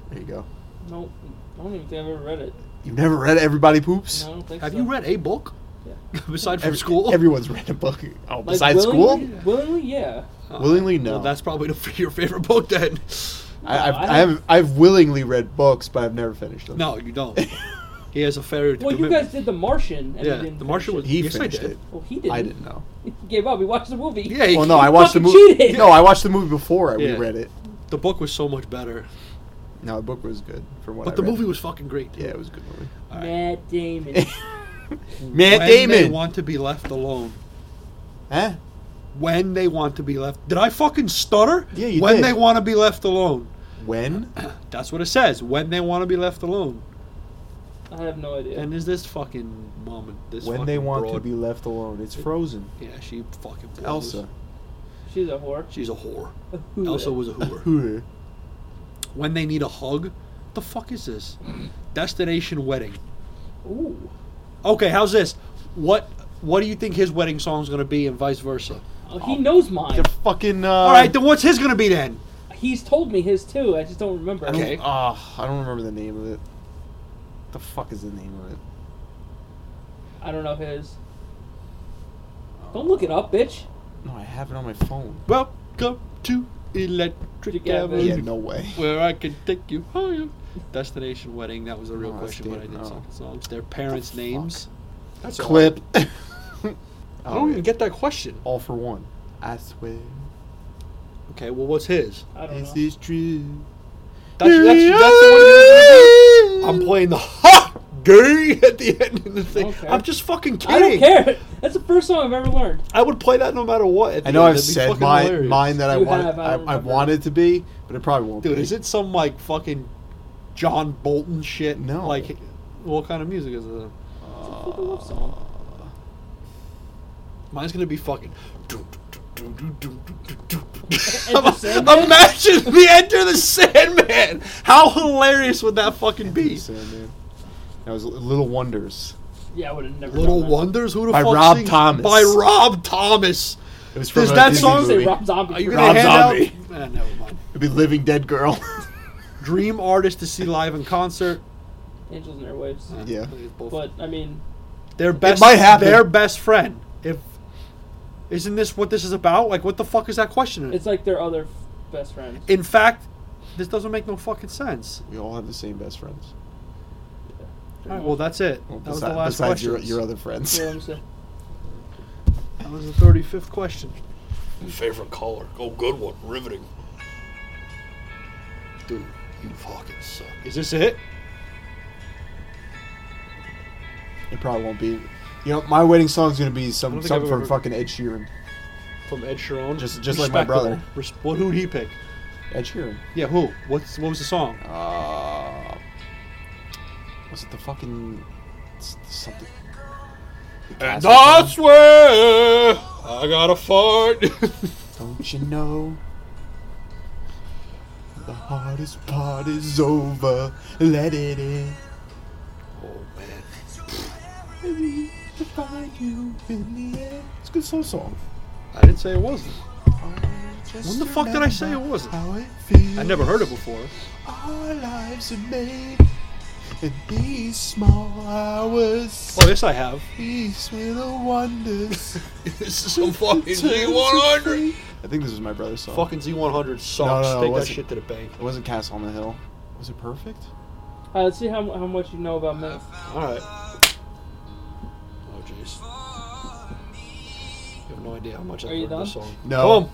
Speaker 1: There you go.
Speaker 2: Nope. I don't even think I've ever read it.
Speaker 1: You've never read Everybody Poops?
Speaker 2: No, I don't think
Speaker 3: have
Speaker 2: so.
Speaker 3: you read a book?
Speaker 2: Yeah.
Speaker 3: Aside from
Speaker 1: Every-
Speaker 3: school.
Speaker 1: Everyone's read a book. Oh,
Speaker 2: Like,
Speaker 1: besides
Speaker 2: willingly,
Speaker 1: school?
Speaker 2: Willingly, yeah.
Speaker 3: Uh,
Speaker 1: Willingly, no.
Speaker 3: well, that's probably the, your favorite book then.
Speaker 1: I, I've,
Speaker 2: No, I
Speaker 1: I have, I've willingly read books, but I've never finished them.
Speaker 3: No, you don't. He has a failure to
Speaker 2: Well, you
Speaker 3: commitment.
Speaker 2: guys did The Martian. And
Speaker 3: Yeah,
Speaker 2: you didn't
Speaker 3: The Martian
Speaker 2: finish
Speaker 3: was-
Speaker 1: He
Speaker 3: Yes, I
Speaker 1: finished
Speaker 3: did.
Speaker 1: it.
Speaker 2: it. Well, he didn't.
Speaker 1: I didn't know.
Speaker 2: He gave up. He watched the movie.
Speaker 3: Yeah, he,
Speaker 1: Well, no, I watched the
Speaker 2: fucking
Speaker 1: movie.
Speaker 2: cheated.
Speaker 1: No, I watched the movie before I
Speaker 3: Yeah.
Speaker 1: reread it.
Speaker 3: the book was so much better,
Speaker 1: No, the book was good from what.
Speaker 3: but
Speaker 1: I
Speaker 3: the
Speaker 1: read.
Speaker 3: movie was fucking great.
Speaker 1: Yeah, it was a good movie.
Speaker 3: All right.
Speaker 2: Matt Damon.
Speaker 1: Matt
Speaker 3: when they
Speaker 1: Damon.
Speaker 3: want to be left alone.
Speaker 1: huh?
Speaker 3: When they want to be left. Did I fucking stutter?
Speaker 1: Yeah, you
Speaker 3: When
Speaker 1: did.
Speaker 3: they want to be left alone.
Speaker 1: When?
Speaker 3: That's what it says. When they want to be left alone.
Speaker 2: I have no idea.
Speaker 3: And is this fucking woman? This
Speaker 1: when
Speaker 3: fucking
Speaker 1: they want to
Speaker 3: broad-
Speaker 1: be left alone. It's Frozen.
Speaker 3: Yeah, she fucking. blows.
Speaker 1: Elsa.
Speaker 2: She's a whore. uh,
Speaker 3: She's a whore.
Speaker 2: A whore.
Speaker 3: Elsa was a whore.
Speaker 1: Who?
Speaker 3: when they need a hug, the fuck is this? Destination wedding.
Speaker 2: Ooh.
Speaker 3: Okay, how's this? What What do you think his wedding song's gonna be, and vice
Speaker 1: Uh,
Speaker 3: versa?
Speaker 2: Oh, he knows mine.
Speaker 1: The fucking. Uh,
Speaker 3: All right, then what's his gonna be then?
Speaker 2: He's told me his too. I just don't remember.
Speaker 1: I don't,
Speaker 3: Okay.
Speaker 1: ah, I don't remember the name of it. The fuck is the name of it?
Speaker 2: I don't know his. Don't look it up, bitch.
Speaker 1: No, I have it on my phone.
Speaker 3: Welcome to Electric
Speaker 2: Yeah,
Speaker 3: Avenue,
Speaker 1: Yeah, no way.
Speaker 3: where I can take you higher. Destination wedding. That was a real
Speaker 1: No,
Speaker 3: question, but I
Speaker 1: Steve,
Speaker 3: did
Speaker 1: Oh, no.
Speaker 3: suck songs. Their parents'
Speaker 1: fuck?
Speaker 3: names. That's all.
Speaker 1: Clip. I
Speaker 3: I
Speaker 1: Oh,
Speaker 3: don't even get that question.
Speaker 1: All for one. I swear.
Speaker 3: Okay, well, what's his?
Speaker 2: I don't
Speaker 1: This
Speaker 2: know.
Speaker 1: is true.
Speaker 3: That's, that's, that's the one. I'm playing the ha gay at the end of the thing.
Speaker 2: Okay.
Speaker 3: I'm just fucking kidding.
Speaker 2: I don't care. That's the first song I've ever learned.
Speaker 3: I would play that no matter what. at the
Speaker 1: I know
Speaker 3: end.
Speaker 1: I've
Speaker 3: That'd be
Speaker 1: said
Speaker 3: fucking
Speaker 1: my,
Speaker 3: hilarious.
Speaker 1: mine that I
Speaker 2: You
Speaker 1: wanted,
Speaker 2: have, I
Speaker 1: I,
Speaker 2: don't
Speaker 1: I
Speaker 2: remember.
Speaker 1: wanted to be, but it probably won't
Speaker 3: Dude,
Speaker 1: be.
Speaker 3: is it some like fucking John Bolton shit?
Speaker 1: No.
Speaker 3: Like, what kind of music is it?
Speaker 2: fucking love song.
Speaker 3: Mine's gonna be fucking.
Speaker 2: Enter Sandman?
Speaker 3: Imagine the Enter the Sandman. How hilarious would that fucking be?
Speaker 1: So, man. That was Little Wonders.
Speaker 2: Yeah, I would have never.
Speaker 3: Little
Speaker 2: known that.
Speaker 3: Wonders. Who the
Speaker 1: By
Speaker 3: fuck
Speaker 1: Rob
Speaker 3: sings-
Speaker 1: Thomas.
Speaker 3: By Rob Thomas.
Speaker 1: It was from
Speaker 3: Does
Speaker 1: a
Speaker 3: that
Speaker 1: Disney
Speaker 3: song-
Speaker 2: Say
Speaker 1: movie.
Speaker 2: Rob Zombie.
Speaker 3: Are you
Speaker 2: for
Speaker 3: gonna
Speaker 1: Rob
Speaker 3: hand
Speaker 1: Zombie.
Speaker 3: out? Ah, never mind.
Speaker 1: It'd be Living Dead Girl.
Speaker 3: Dream artist to see live in concert.
Speaker 2: Angels and Airwaves.
Speaker 1: Yeah.
Speaker 3: Both
Speaker 2: But I mean,
Speaker 3: Their best,
Speaker 1: might happen.
Speaker 3: Their best friend. If isn't this what this is about? Like, what the fuck is that question?
Speaker 2: it's like their other f- best friends.
Speaker 3: In fact, this doesn't make no fucking sense.
Speaker 1: we all have the same best friends.
Speaker 3: All right, well, that's it.
Speaker 1: Well,
Speaker 3: that was the
Speaker 1: besi-
Speaker 3: last
Speaker 1: besides
Speaker 3: question.
Speaker 1: your, your other friends.
Speaker 2: You know what I'm saying?
Speaker 3: that was the thirty-fifth question.
Speaker 4: Favorite color? Oh, good one. Riveting. Dude, you fucking suck.
Speaker 3: Is this it?
Speaker 1: It probably won't be. You know, my wedding song's gonna be
Speaker 3: I don't
Speaker 1: some
Speaker 3: think
Speaker 1: something
Speaker 3: I've
Speaker 1: from
Speaker 3: ever-
Speaker 1: fucking Ed Sheeran.
Speaker 3: From Ed Sheeran.
Speaker 1: Just- just like my
Speaker 3: Respectable.
Speaker 1: brother.
Speaker 3: Res- what? Who would he pick?
Speaker 1: Ed Sheeran.
Speaker 3: Yeah, who? What's what was the song?
Speaker 1: Oh, Uh, was it the fucking s- something?
Speaker 4: And I swear I got a fart.
Speaker 1: Oh, Don't you know? The hardest part is over. Let it in.
Speaker 4: oh, man.
Speaker 1: Maybe to find you in the end. It's a good soul song.
Speaker 3: I didn't say it wasn't.
Speaker 1: When
Speaker 3: When the fuck did I say it wasn't?
Speaker 1: How it feels.
Speaker 3: I never heard it before.
Speaker 1: Our lives are made in these small hours.
Speaker 3: Oh, this I have.
Speaker 1: These little wonders.
Speaker 4: This is some fucking G100.
Speaker 1: I think this was my brother's song.
Speaker 3: Fucking Z100 sucks. Take
Speaker 1: No, no, no, it
Speaker 3: that
Speaker 1: wasn't.
Speaker 3: shit to the bank.
Speaker 1: It wasn't Castle on the Hill. Was it perfect?
Speaker 2: All right, let's see how, how much you know about me.
Speaker 3: All right. Oh jeez. You have no idea how much I
Speaker 2: Are you
Speaker 3: heard this
Speaker 2: done?
Speaker 3: song.
Speaker 1: No.
Speaker 3: Boom.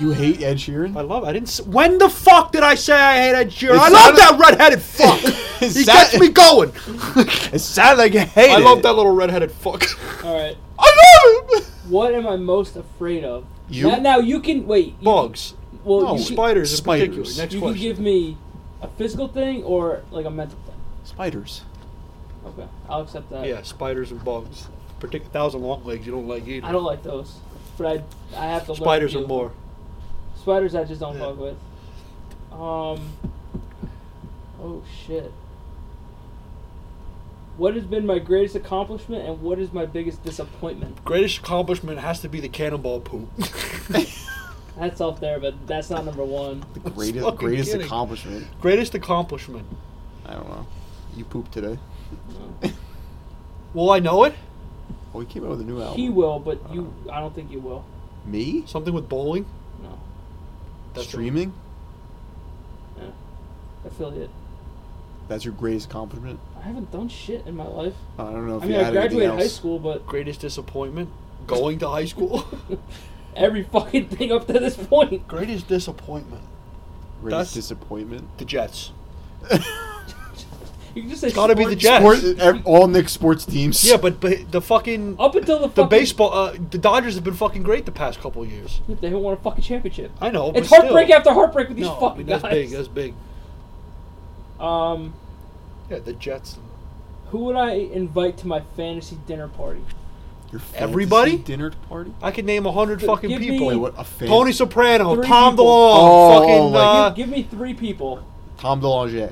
Speaker 1: You hate Ed Sheeran?
Speaker 3: I love. It. I didn't. s when the fuck did I say I hate Ed Sheeran?
Speaker 1: It
Speaker 3: I love
Speaker 1: sounded-
Speaker 3: that redheaded fuck.
Speaker 1: It
Speaker 3: he
Speaker 1: sound-
Speaker 3: gets me going.
Speaker 1: It sounded like you hate
Speaker 3: I love that little redheaded fuck.
Speaker 2: All right,
Speaker 1: I love it.
Speaker 2: what am I most afraid of?
Speaker 1: You?
Speaker 2: Now, now you can wait. You,
Speaker 3: Bugs, Oh,
Speaker 2: Well,
Speaker 1: No,
Speaker 2: you, can-
Speaker 3: spiders, in
Speaker 1: Spiders.
Speaker 3: particular. Next
Speaker 2: you can
Speaker 3: question.
Speaker 2: give me a physical thing or like a mental thing.
Speaker 1: Spiders.
Speaker 2: Okay, I'll accept that.
Speaker 3: yeah, spiders and bugs. Partic- thousand long legs. You don't like either.
Speaker 2: I don't like those, but I I have to. learn
Speaker 3: spiders
Speaker 2: to
Speaker 3: and
Speaker 2: do.
Speaker 3: more.
Speaker 2: Spiders, I just don't
Speaker 3: Yeah.
Speaker 2: fuck with. Um. Oh shit. What has been my greatest accomplishment and what is my biggest disappointment?
Speaker 3: Greatest accomplishment has to be the cannonball poop.
Speaker 2: That's up there, but that's not number one.
Speaker 1: The greatest
Speaker 3: fucking
Speaker 1: greatest
Speaker 3: kidding.
Speaker 1: accomplishment.
Speaker 3: Greatest accomplishment.
Speaker 1: I don't know. You pooped today.
Speaker 3: Will I know it?
Speaker 1: Oh, he came out with a new album.
Speaker 2: He will, but you, I don't think you will.
Speaker 1: Me?
Speaker 3: Something with bowling.
Speaker 2: No,
Speaker 3: That's
Speaker 1: Streaming?
Speaker 2: affiliate.
Speaker 1: That's your greatest accomplishment.
Speaker 2: I haven't done shit in my life.
Speaker 1: I don't know if
Speaker 2: I
Speaker 1: you
Speaker 2: mean, I
Speaker 1: had anything
Speaker 2: graduated high
Speaker 1: else.
Speaker 2: school, but
Speaker 3: Greatest disappointment? Going to high school?
Speaker 2: every fucking thing up to this point.
Speaker 3: Greatest disappointment?
Speaker 1: Greatest
Speaker 3: That's-
Speaker 1: disappointment.
Speaker 3: The Jets.
Speaker 2: You can just say
Speaker 3: Gotta be the
Speaker 2: sports.
Speaker 3: Jets.
Speaker 1: Sport, ev- all Nick sports teams.
Speaker 3: Yeah, but, but the fucking.
Speaker 2: Up until the
Speaker 3: The
Speaker 2: fucking,
Speaker 3: baseball. Uh, the Dodgers have been fucking great the past couple of years.
Speaker 2: They haven't won a fucking championship.
Speaker 3: I know.
Speaker 2: It's
Speaker 3: but
Speaker 2: heartbreak
Speaker 3: still.
Speaker 2: after heartbreak with these
Speaker 3: No, I
Speaker 2: fucking
Speaker 3: mean, that's
Speaker 2: guys.
Speaker 3: big. That's big.
Speaker 2: Um,
Speaker 3: Yeah, the Jets.
Speaker 2: who would I invite to my fantasy dinner party?
Speaker 1: Your fantasy
Speaker 3: Everybody?
Speaker 1: dinner party.
Speaker 3: I could name a hundred
Speaker 2: Dude,
Speaker 3: fucking
Speaker 2: give me-
Speaker 3: people.
Speaker 1: Wait, what? A fan-
Speaker 3: Tony Soprano,
Speaker 2: Three
Speaker 3: Tom
Speaker 2: people.
Speaker 3: DeLonge,
Speaker 1: Oh,
Speaker 3: fucking
Speaker 1: like-
Speaker 3: uh,
Speaker 2: give, give me three people.
Speaker 1: Tom DeLonge.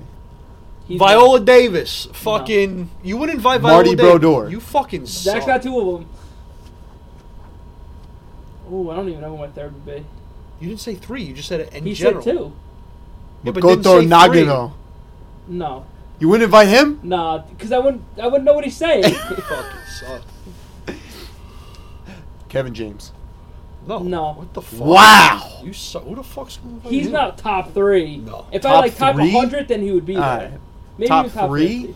Speaker 2: He's
Speaker 3: Viola Davis, fucking. You wouldn't invite Viola
Speaker 1: Marty
Speaker 3: Davis.
Speaker 1: Brodeur.
Speaker 3: You fucking
Speaker 2: Zach's
Speaker 3: suck.
Speaker 2: got two of them. Ooh, I don't even know who my third would be.
Speaker 3: you didn't say three. You just said it in
Speaker 2: He
Speaker 3: general.
Speaker 2: said two.
Speaker 3: Yeah, but didn't
Speaker 1: Makoto
Speaker 3: say
Speaker 1: Nagano.
Speaker 2: No,
Speaker 1: You wouldn't invite him?
Speaker 2: nah, because I wouldn't. I wouldn't know what he's saying.
Speaker 3: You fucking suck.
Speaker 1: Kevin James.
Speaker 3: No.
Speaker 2: No.
Speaker 3: What the fuck?
Speaker 1: Wow.
Speaker 3: You suck. Who the fuck's gonna invite
Speaker 2: he's
Speaker 3: you?
Speaker 2: not top three.
Speaker 3: No.
Speaker 2: If I
Speaker 1: Top
Speaker 2: like top
Speaker 1: three?
Speaker 2: hundred, then he would be there.
Speaker 1: Alright.
Speaker 2: Maybe
Speaker 1: Top
Speaker 2: even top
Speaker 1: three?
Speaker 2: 50.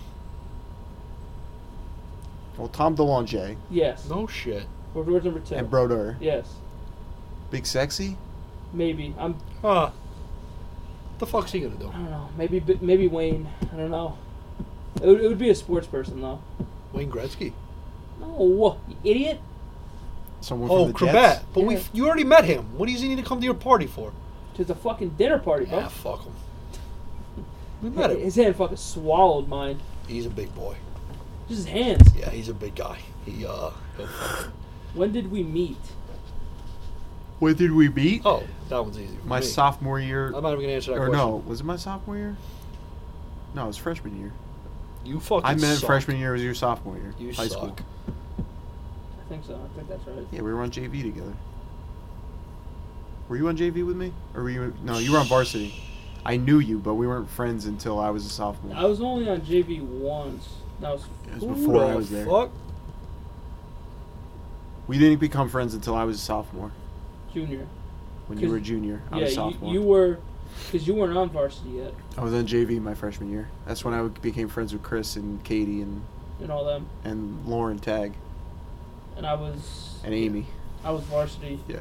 Speaker 1: Well, Tom DeLonge
Speaker 2: Yes.
Speaker 3: No shit.
Speaker 2: Or George number two.
Speaker 1: and Brodeur.
Speaker 2: Yes.
Speaker 1: Big sexy.
Speaker 2: Maybe. I'm.
Speaker 3: Huh. The fuck's he gonna do?
Speaker 2: I don't know. Maybe. B- Maybe Wayne. I don't know. It would, it would be a sports person though.
Speaker 3: Wayne Gretzky.
Speaker 2: No, you idiot.
Speaker 1: Someone
Speaker 3: Oh,
Speaker 1: from the
Speaker 3: Cravat.
Speaker 1: Jets.
Speaker 3: But we
Speaker 2: Yeah.
Speaker 3: you already met him. What does he need to come to your party for?
Speaker 2: It's a fucking dinner party, bro.
Speaker 3: Yeah, fuck him. We met him.
Speaker 2: His hand fucking swallowed mine.
Speaker 3: He's a big boy.
Speaker 2: Just his hands.
Speaker 3: Yeah, he's a big guy. He uh. he'll-
Speaker 2: When did we meet?
Speaker 1: Where did we beat?
Speaker 3: Oh, that one's easy. for
Speaker 1: my
Speaker 3: me.
Speaker 1: sophomore year.
Speaker 3: I'm not even gonna answer that
Speaker 1: or
Speaker 3: question.
Speaker 1: no, was it my sophomore year? No, it was freshman year.
Speaker 3: You fucking.
Speaker 1: I meant
Speaker 3: suck.
Speaker 1: freshman year was your sophomore year.
Speaker 3: You
Speaker 1: high
Speaker 3: suck.
Speaker 1: school.
Speaker 2: I think so. I think that's right.
Speaker 1: Yeah, we were on JV together. Were you on JV with me? Or were you? No, you were on varsity. I knew you, but we weren't friends until I was a sophomore.
Speaker 2: I was only on JV once. That was.
Speaker 1: it was
Speaker 3: Who
Speaker 1: before
Speaker 3: the
Speaker 1: I was there.
Speaker 3: Fuck?
Speaker 1: We didn't become friends until I was a sophomore.
Speaker 2: Junior.
Speaker 1: When you
Speaker 2: Cause-
Speaker 1: were a junior, I
Speaker 2: yeah,
Speaker 1: was a
Speaker 2: you,
Speaker 1: sophomore.
Speaker 2: you were, because you weren't on varsity yet,
Speaker 1: I was on JV my freshman year. That's when I became friends with Chris and Katie and,
Speaker 2: and all them,
Speaker 1: and Lauren Tag
Speaker 2: and I was.
Speaker 1: and Amy.
Speaker 2: I was varsity.
Speaker 1: Yeah.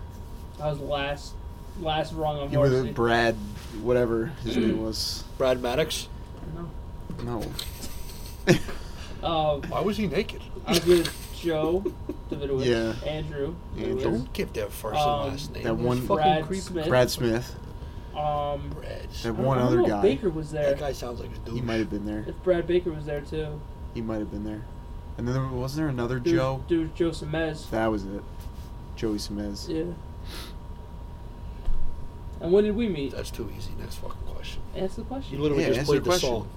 Speaker 2: I was last, last rung on
Speaker 1: You were the
Speaker 2: varsity.
Speaker 1: Brad, whatever his name was.
Speaker 3: Brad Maddox.
Speaker 1: No.
Speaker 2: Um,
Speaker 3: Why was he naked?
Speaker 2: I was with Joe Davidowitz,
Speaker 1: Yeah.
Speaker 2: Andrew,
Speaker 1: Andrew.
Speaker 2: Lewis,
Speaker 3: Don't give that first
Speaker 2: Um,
Speaker 3: and last name.
Speaker 1: that
Speaker 3: That's
Speaker 1: one-
Speaker 3: fucking
Speaker 2: Brad
Speaker 3: creepy.
Speaker 2: Smith.
Speaker 1: Brad Smith.
Speaker 2: um,
Speaker 3: Brad.
Speaker 2: I
Speaker 1: That
Speaker 2: don't-
Speaker 1: one
Speaker 2: I don't
Speaker 1: other
Speaker 2: know if
Speaker 1: guy.
Speaker 2: Baker was there.
Speaker 3: That guy sounds like a dude.
Speaker 1: He might have been there.
Speaker 2: If Brad Baker was there too.
Speaker 1: He might have been there. And then there, wasn't there another
Speaker 2: Dude,
Speaker 1: Joe?
Speaker 2: Dude, Joe Semez.
Speaker 1: That was it. Joey Smez.
Speaker 2: Yeah. And when did we meet?
Speaker 3: That's too easy. Next fucking question.
Speaker 2: Answer the
Speaker 3: You
Speaker 2: question.
Speaker 3: literally
Speaker 1: Yeah,
Speaker 3: just
Speaker 1: answer
Speaker 3: played
Speaker 1: the
Speaker 3: the
Speaker 1: question.
Speaker 3: song.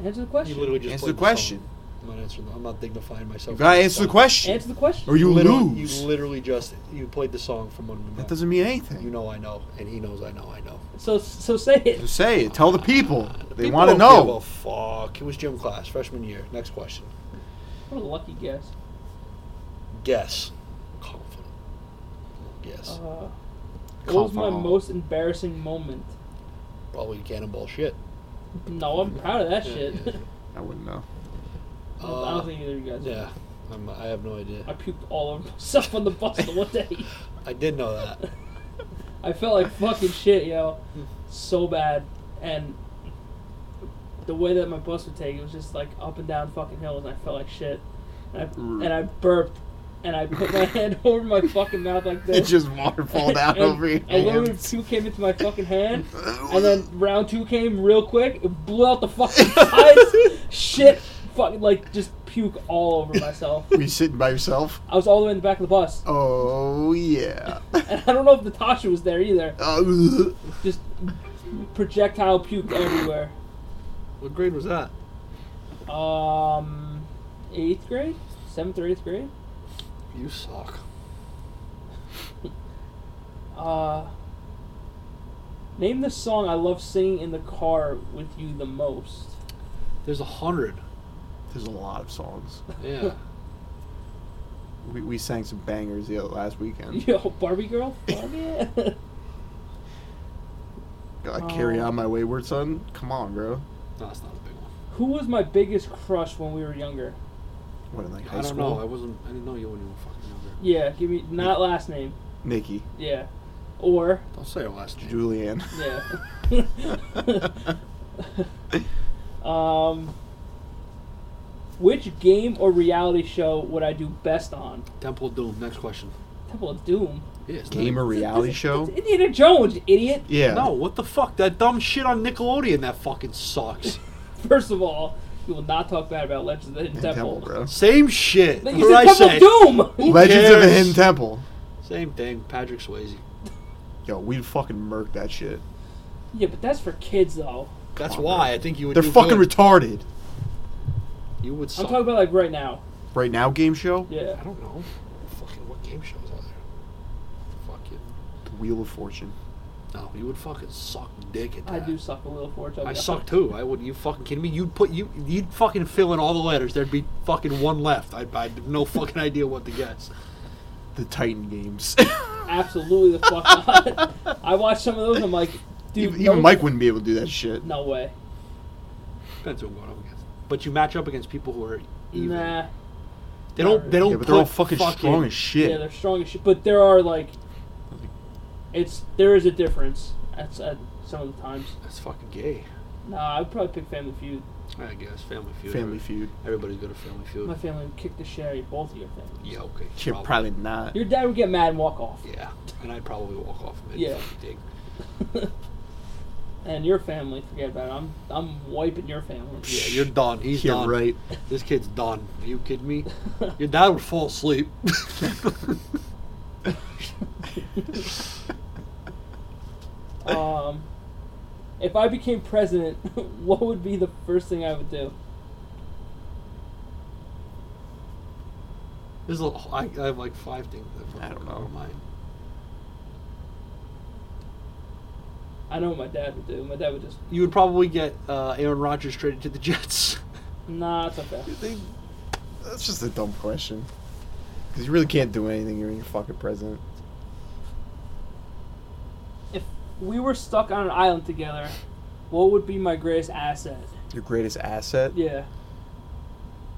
Speaker 2: Answer the
Speaker 3: You
Speaker 2: question.
Speaker 3: literally just
Speaker 1: Answer the
Speaker 3: played
Speaker 1: question.
Speaker 3: song. I'm not answering. I'm not dignifying myself.
Speaker 1: You gotta answer the question,
Speaker 2: Answer the question.
Speaker 1: or you
Speaker 3: literally, You
Speaker 1: lose.
Speaker 3: literally just you played the song from one.
Speaker 1: That doesn't mean anything.
Speaker 3: You know I know, and he knows I know I know. Ah,
Speaker 2: So so say it.
Speaker 1: Just say it. Tell the people.
Speaker 3: The
Speaker 1: They
Speaker 3: people
Speaker 1: want to
Speaker 3: don't give
Speaker 1: know.
Speaker 3: a fuck. It was gym class, freshman year. Next question.
Speaker 2: What a lucky guess.
Speaker 3: Guess. Confident. Guess.
Speaker 2: Uh, what was my
Speaker 1: Confidant.
Speaker 2: most embarrassing moment?
Speaker 3: Probably cannonball shit.
Speaker 2: No, I'm proud of that
Speaker 3: Yeah,
Speaker 2: shit.
Speaker 3: yeah, yeah.
Speaker 1: I wouldn't know.
Speaker 2: I don't- I
Speaker 3: Uh,
Speaker 2: don't think either of you guys.
Speaker 3: Yeah. I'm, I have no
Speaker 2: I
Speaker 3: idea.
Speaker 2: puked all over myself on the bus the one day.
Speaker 3: I did know that.
Speaker 2: I felt like fucking shit, yo. So bad. And the way that my bus would take, it was just like up and down fucking hills, and I felt like shit. And I, and I burped, and I put my hand over my fucking mouth like this.
Speaker 1: It just waterfall down
Speaker 2: and,
Speaker 1: over your
Speaker 2: And literally
Speaker 1: hands.
Speaker 2: two came into my fucking hand, and then round two came real quick. It blew out the fucking sides. shit, fucking like just puke all over myself.
Speaker 1: Were you sitting by yourself?
Speaker 2: I was all the way in the back of the bus,
Speaker 1: Oh yeah.
Speaker 2: and I don't know if Natasha was there either.
Speaker 1: Uh,
Speaker 2: Just projectile puke everywhere.
Speaker 3: What grade was that?
Speaker 2: Um, eighth grade, seventh or eighth grade.
Speaker 3: You suck.
Speaker 2: Uh, name the song I love singing in the car with you the most.
Speaker 3: There's a hundred.
Speaker 1: There's a lot of songs.
Speaker 3: Yeah.
Speaker 1: We, we sang some bangers the other, last weekend.
Speaker 2: Yo, Barbie girl. Fuck yeah.
Speaker 1: God, carry on my wayward son. Come on, bro.
Speaker 3: no, it's not a big one.
Speaker 2: Who was my biggest crush when we were younger?
Speaker 1: What in like high
Speaker 3: I don't
Speaker 1: school?
Speaker 3: know. I wasn't. I didn't know you when you were fucking younger.
Speaker 2: Yeah, give me not last name.
Speaker 1: Nikki,
Speaker 2: Yeah, or
Speaker 3: Don't say her last name.
Speaker 1: Julianne.
Speaker 2: yeah. um, which game or reality show would I do best on?
Speaker 3: Temple of Doom. Next question.
Speaker 2: Temple of Doom.
Speaker 3: Yeah, it's
Speaker 1: Game
Speaker 3: not-
Speaker 1: or reality
Speaker 2: It's-
Speaker 1: show?
Speaker 2: It's Indiana Jones, idiot.
Speaker 1: Yeah.
Speaker 3: No, what the fuck? That dumb shit on Nickelodeon. That fucking sucks.
Speaker 2: First of all, you will not talk bad about Legends of the Hidden
Speaker 1: Hidden Temple,
Speaker 2: Temple.
Speaker 1: bro.
Speaker 3: Same shit.
Speaker 2: But
Speaker 3: What
Speaker 2: you
Speaker 3: did I
Speaker 2: said
Speaker 3: say?
Speaker 2: Temple of Doom.
Speaker 1: Legends of the
Speaker 3: cares?
Speaker 1: Hidden Temple.
Speaker 3: Same thing. Patrick Swayze.
Speaker 1: Yo, we'd fucking murk that shit.
Speaker 2: yeah, but that's for kids though.
Speaker 3: That's why I think you would.
Speaker 1: They're
Speaker 3: do
Speaker 1: fucking
Speaker 3: good.
Speaker 1: retarded.
Speaker 3: you would
Speaker 2: I'm
Speaker 3: suck.
Speaker 2: talking about like right now.
Speaker 1: Right now, game show?
Speaker 2: Yeah.
Speaker 3: I don't know. Fucking what game shows are there? Fucking.
Speaker 1: The Wheel of Fortune.
Speaker 3: No, you would fucking suck dick at that.
Speaker 2: I do suck a little fortune.
Speaker 3: I suck too. I would. You fucking kidding me? You'd put you. You'd fucking fill in all the letters. There'd be fucking one left. I I have no fucking idea what to guess.
Speaker 1: The Titan Games.
Speaker 2: Absolutely the fuck not. I watched some of those. I'm like, dude,
Speaker 1: even
Speaker 2: no,
Speaker 1: Mike wouldn't be able to do that shit.
Speaker 2: No way.
Speaker 3: Depends who I'm going up against. But you match up against people who are even.
Speaker 2: Nah.
Speaker 3: They don't. They don't.
Speaker 1: Yeah, but they're all
Speaker 3: put
Speaker 1: fucking, strong as
Speaker 2: Yeah,
Speaker 1: shit.
Speaker 2: they're strong as shit. But there are like, it's there is a difference at, at some of the times.
Speaker 3: That's fucking gay.
Speaker 2: Nah, I'd probably pick Family Feud.
Speaker 3: I guess Family Feud.
Speaker 1: Family Feud.
Speaker 3: Everybody's good at Family Feud.
Speaker 2: My family would kick the shit out of you, both of your families.
Speaker 3: yeah. Okay.
Speaker 1: Shit, probably not.
Speaker 2: Your dad would get mad and walk off,
Speaker 3: Yeah. And I'd probably walk off of it.
Speaker 2: Yeah.
Speaker 3: Fucking dig.
Speaker 2: and your family forget about it. I'm I'm wiping your family.
Speaker 3: Yeah. You're done. He's
Speaker 1: Yeah,
Speaker 3: done.
Speaker 1: right.
Speaker 3: This kid's done. Are you kidding me? Your dad would fall asleep.
Speaker 2: Um, if I became president, what would be the first thing I would do?
Speaker 3: There's a, I, I have like five things that
Speaker 1: I don't
Speaker 3: come to
Speaker 1: know.
Speaker 3: mind.
Speaker 2: I know what my dad would do. My dad would just
Speaker 3: You would probably get uh, Aaron Rodgers traded to the Jets.
Speaker 2: nah, it's okay.
Speaker 1: They- that's just a dumb question. Because you really can't do anything when you're fucking president.
Speaker 2: If we were stuck on an island together, what would be my greatest asset?
Speaker 1: Your greatest asset?
Speaker 2: Yeah,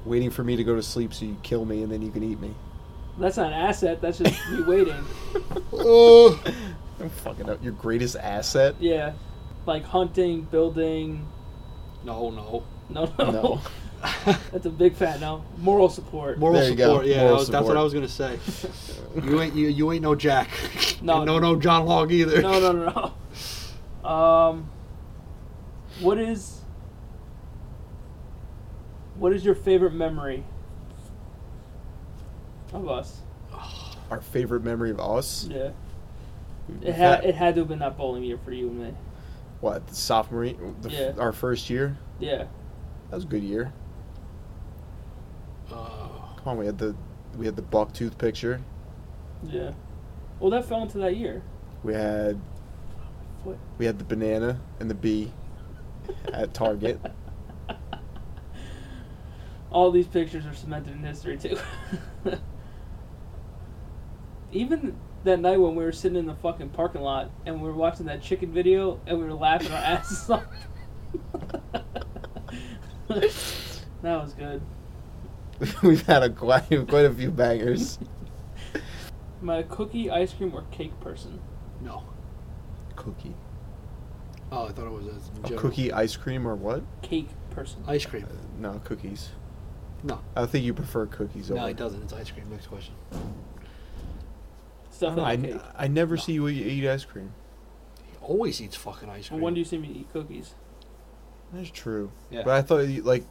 Speaker 1: Waiting for me to go to sleep so you kill me and then you can eat me.
Speaker 2: that's not an asset. That's just me waiting.
Speaker 1: Oh, I'm fucking up. Your greatest asset?
Speaker 2: Yeah, like hunting, building.
Speaker 3: No, no.
Speaker 2: No, no,
Speaker 1: No.
Speaker 2: that's a big fat no. Moral support.
Speaker 3: Moral
Speaker 1: There you go.
Speaker 3: support. Yeah,
Speaker 1: Moral
Speaker 3: that was- that's what
Speaker 1: support.
Speaker 3: I was gonna say. you ain't you, you ain't no Jack.
Speaker 2: No.
Speaker 3: And no, no John Long either.
Speaker 2: no, no, no, no. Um, what is what is your favorite memory of us?
Speaker 1: Our favorite memory of us?
Speaker 2: Yeah, it
Speaker 1: We've
Speaker 2: had
Speaker 1: had-
Speaker 2: it had to have been that bowling year for you and me.
Speaker 1: What, the sophomore year? The, f-
Speaker 2: Yeah.
Speaker 1: Our first year?
Speaker 2: Yeah,
Speaker 1: That was a good year.
Speaker 3: Uh,
Speaker 1: Come on, we had the we had the buck tooth picture.
Speaker 2: yeah. Well, that fell into that year.
Speaker 1: We had
Speaker 2: What?
Speaker 1: we had the banana and the bee at Target.
Speaker 2: All these pictures are cemented in history too. Even that night when we were sitting in the fucking parking lot and we were watching that chicken video and we were laughing our asses off. that was good.
Speaker 1: We've had a quite, quite a few bangers.
Speaker 2: Am I a cookie, ice cream, or cake person?
Speaker 3: no.
Speaker 1: Cookie.
Speaker 3: Oh, I thought it was a
Speaker 1: A
Speaker 3: general.
Speaker 1: cookie ice cream or what? Uh,
Speaker 2: Cake person.
Speaker 3: Ice cream.
Speaker 1: No, cookies.
Speaker 3: No.
Speaker 1: I think you prefer cookies
Speaker 3: No,
Speaker 1: over.
Speaker 3: it doesn't. It's ice cream. Next question.
Speaker 2: Stuff
Speaker 1: I,
Speaker 2: like
Speaker 1: n-
Speaker 2: cake.
Speaker 1: I never
Speaker 3: No.
Speaker 1: see you eat, eat ice cream.
Speaker 3: He always eats fucking ice cream.
Speaker 2: When do you see me eat cookies?
Speaker 1: That's true.
Speaker 3: Yeah.
Speaker 1: But I thought you like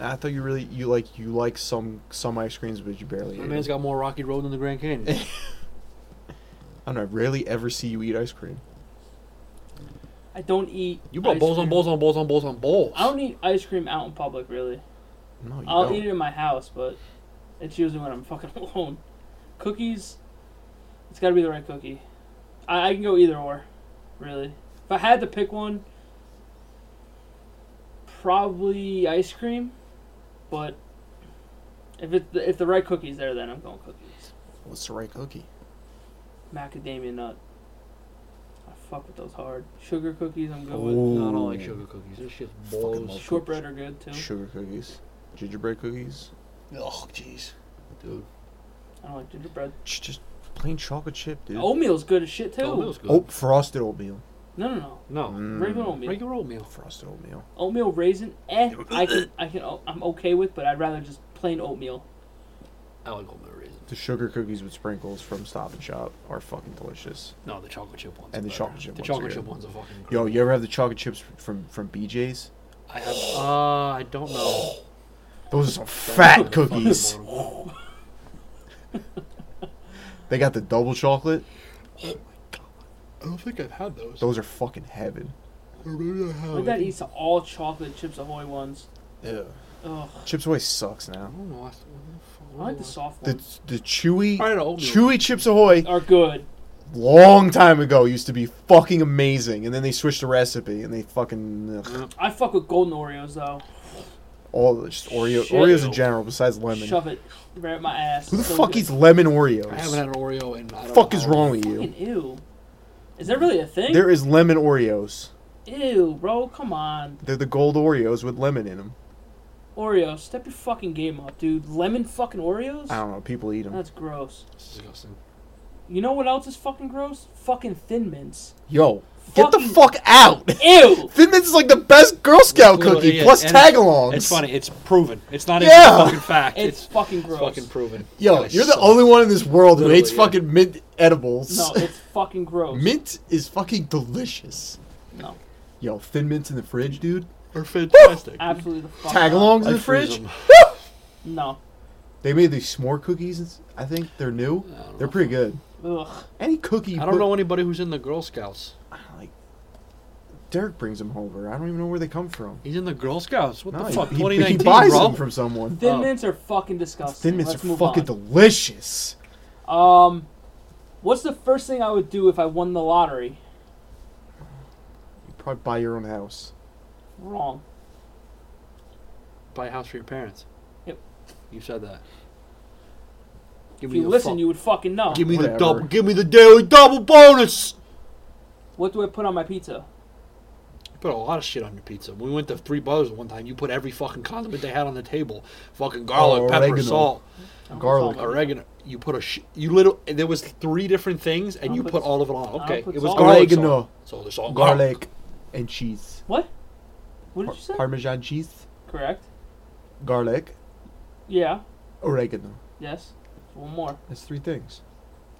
Speaker 1: I thought you really you like you like some some ice creams but you barely
Speaker 3: My
Speaker 1: ate
Speaker 3: man's
Speaker 1: them.
Speaker 3: got more rocky road than the Grand Canyon.
Speaker 1: I don't know, I rarely ever see you eat ice cream.
Speaker 2: I don't eat.
Speaker 3: You brought
Speaker 2: ice
Speaker 3: bowls on
Speaker 2: cream-
Speaker 3: bowls on bowls on bowls on bowls.
Speaker 2: I don't eat ice cream out in public, really.
Speaker 1: No, you
Speaker 2: I'll
Speaker 1: don't.
Speaker 2: eat it in my house, but it's usually when I'm fucking alone. Cookies, it's got to be the right cookie. I, I can go either or, really. If I had to pick one, probably ice cream, but if it if the right cookie's there, then I'm going cookies.
Speaker 1: What's the right cookie?
Speaker 2: Macadamia nut. I fuck with those hard. Sugar cookies, I'm good with.
Speaker 1: Ooh.
Speaker 3: No, I don't like sugar cookies. This shit's
Speaker 1: Fucking
Speaker 3: balls.
Speaker 2: Shortbread are good too.
Speaker 1: Sugar cookies, gingerbread cookies,
Speaker 4: Oh, jeez.
Speaker 3: Dude.
Speaker 2: I don't like gingerbread.
Speaker 1: Ch- just plain chocolate chip, dude.
Speaker 2: Oatmeal's good as shit too.
Speaker 3: Oatmeal's good.
Speaker 1: Oh, frosted oatmeal.
Speaker 2: No, no, no.
Speaker 3: No.
Speaker 1: Mm.
Speaker 2: Regular oatmeal.
Speaker 3: Regular oatmeal.
Speaker 1: Frosted oatmeal.
Speaker 2: Oatmeal raisin, eh? I can, I can, I'm okay with, but I'd rather just plain oatmeal.
Speaker 3: I like oatmeal raisin.
Speaker 1: The sugar cookies with sprinkles from Stop and Shop are fucking delicious.
Speaker 3: No, the chocolate chip ones.
Speaker 1: And
Speaker 3: are
Speaker 1: the
Speaker 3: better.
Speaker 1: chocolate chip
Speaker 3: The
Speaker 1: ones are
Speaker 3: chocolate
Speaker 1: good.
Speaker 3: chip ones are fucking.
Speaker 1: Yo,
Speaker 3: great.
Speaker 1: you ever have the chocolate chips from from BJ's?
Speaker 3: I have. Uh, I don't know.
Speaker 1: Those are some
Speaker 3: Don't
Speaker 1: fat
Speaker 3: know the fucking
Speaker 1: cookies.
Speaker 3: bottom.
Speaker 1: They got the double chocolate.
Speaker 4: I don't think I've had those.
Speaker 1: Those are fucking heaven.
Speaker 4: Or maybe I
Speaker 1: Oh,
Speaker 4: have.
Speaker 2: Like that eats all chocolate chips ahoy ones.
Speaker 1: Yeah.
Speaker 2: Ugh,
Speaker 1: Chips Ahoy sucks
Speaker 3: I
Speaker 1: now.
Speaker 3: don't know. I, what the fuck-
Speaker 2: I like the soft
Speaker 1: The
Speaker 2: ones.
Speaker 1: the chewy
Speaker 3: I had an oatmeal.
Speaker 1: chewy Chips Ahoy
Speaker 2: Are good.
Speaker 1: long time ago used to be fucking amazing, and then they switched the recipe and they fucking ugh,
Speaker 3: Yeah.
Speaker 2: I fuck with golden Oreos though.
Speaker 1: all just Oreo
Speaker 2: Shit.
Speaker 1: Oreos in general. Besides lemon,
Speaker 2: Shove it right at my ass.
Speaker 1: who the
Speaker 2: So
Speaker 1: fuck
Speaker 2: good.
Speaker 1: eats lemon
Speaker 3: I haven't
Speaker 1: Oreos?
Speaker 3: had an Oreo in. I don't know
Speaker 1: Fuck is
Speaker 3: how
Speaker 1: wrong with you?
Speaker 2: Fucking ew. Is that really a thing?
Speaker 1: There is lemon Oreos.
Speaker 2: ew, bro. Come on.
Speaker 1: They're the gold Oreos with lemon in them.
Speaker 2: Oreos, step your fucking game up, dude. Lemon fucking Oreos?
Speaker 1: I don't know. People eat them.
Speaker 2: That's gross.
Speaker 3: It's disgusting.
Speaker 2: You know what else is fucking gross? Fucking Thin Mints.
Speaker 1: Yo, get the
Speaker 2: Fucking-
Speaker 1: fuck out.
Speaker 2: Ew!
Speaker 1: Thin Mints is like the best Girl Scout
Speaker 3: Literally,
Speaker 1: cookie
Speaker 3: yeah,
Speaker 1: plus
Speaker 3: and
Speaker 1: tagalongs.
Speaker 3: It's funny. It's proven. It's not
Speaker 1: Yeah.
Speaker 3: even a fucking fact.
Speaker 2: It's,
Speaker 3: It's,
Speaker 2: fucking gross.
Speaker 3: fucking proven.
Speaker 1: Yo,
Speaker 3: Guys
Speaker 1: you're the
Speaker 3: suck.
Speaker 1: only one in this world who hates
Speaker 3: Literally,
Speaker 1: fucking mint edibles.
Speaker 2: no, it's fucking gross.
Speaker 1: mint is fucking delicious.
Speaker 2: No,
Speaker 1: Yo, thin mints in the fridge, dude.
Speaker 4: Are fantastic.
Speaker 2: absolutely the fuck. not.
Speaker 1: Tagalongs in
Speaker 3: I
Speaker 1: the
Speaker 3: freeze
Speaker 1: fridge.
Speaker 3: them.
Speaker 2: No.
Speaker 1: They made these s'more cookies. I think they're new.
Speaker 3: I don't
Speaker 1: They're
Speaker 3: know.
Speaker 1: pretty good.
Speaker 2: Ugh.
Speaker 1: Any cookie. you
Speaker 3: I don't
Speaker 1: put-
Speaker 3: know anybody who's in the Girl Scouts.
Speaker 1: I don't Like Derek brings them over. I don't even know where they come from.
Speaker 3: He's in the Girl Scouts. What
Speaker 1: No,
Speaker 3: the
Speaker 1: he-
Speaker 3: fuck?
Speaker 1: he,
Speaker 3: Twenty
Speaker 1: he
Speaker 3: nineteen,
Speaker 1: buys
Speaker 3: bro.
Speaker 1: them from someone.
Speaker 2: Thin
Speaker 3: Oh.
Speaker 2: mints are fucking disgusting.
Speaker 1: Thin mints
Speaker 2: Let's
Speaker 1: are
Speaker 2: move
Speaker 1: fucking
Speaker 2: on.
Speaker 1: delicious.
Speaker 2: Um, what's the first thing I would do if I won the lottery?
Speaker 1: You probably buy your own house.
Speaker 2: Wrong.
Speaker 3: Buy a house for your parents.
Speaker 2: Yep.
Speaker 3: You said that. Give
Speaker 2: If
Speaker 3: me
Speaker 2: you
Speaker 3: the
Speaker 2: listen,
Speaker 3: fuck-
Speaker 2: you would fucking know.
Speaker 3: Give me
Speaker 1: Whatever.
Speaker 3: the double. Give me the daily double bonus.
Speaker 2: What do I put on my pizza?
Speaker 3: You put a lot of shit on your pizza. When we went to Three Brothers one time, you put every fucking condiment they had on the table. Fucking garlic,
Speaker 1: Oh,
Speaker 3: pepper,
Speaker 1: oregano.
Speaker 3: salt,
Speaker 2: I don't
Speaker 1: Garlic.
Speaker 2: put salt.
Speaker 3: oregano. You put a sh- you little. There was three different things, and
Speaker 2: I'll
Speaker 3: you
Speaker 2: put
Speaker 3: put,
Speaker 2: s-
Speaker 3: all of it on.
Speaker 2: I'll
Speaker 3: Okay,
Speaker 2: put
Speaker 3: it was
Speaker 2: salt.
Speaker 3: garlic,
Speaker 1: Oregano,
Speaker 3: salt. So there's all garlic.
Speaker 1: garlic, and cheese.
Speaker 2: What? What
Speaker 1: Par-
Speaker 2: did you say?
Speaker 1: Parmesan cheese,
Speaker 2: Correct.
Speaker 1: garlic,
Speaker 2: Yeah.
Speaker 1: oregano.
Speaker 2: Yes. One more.
Speaker 1: That's three things.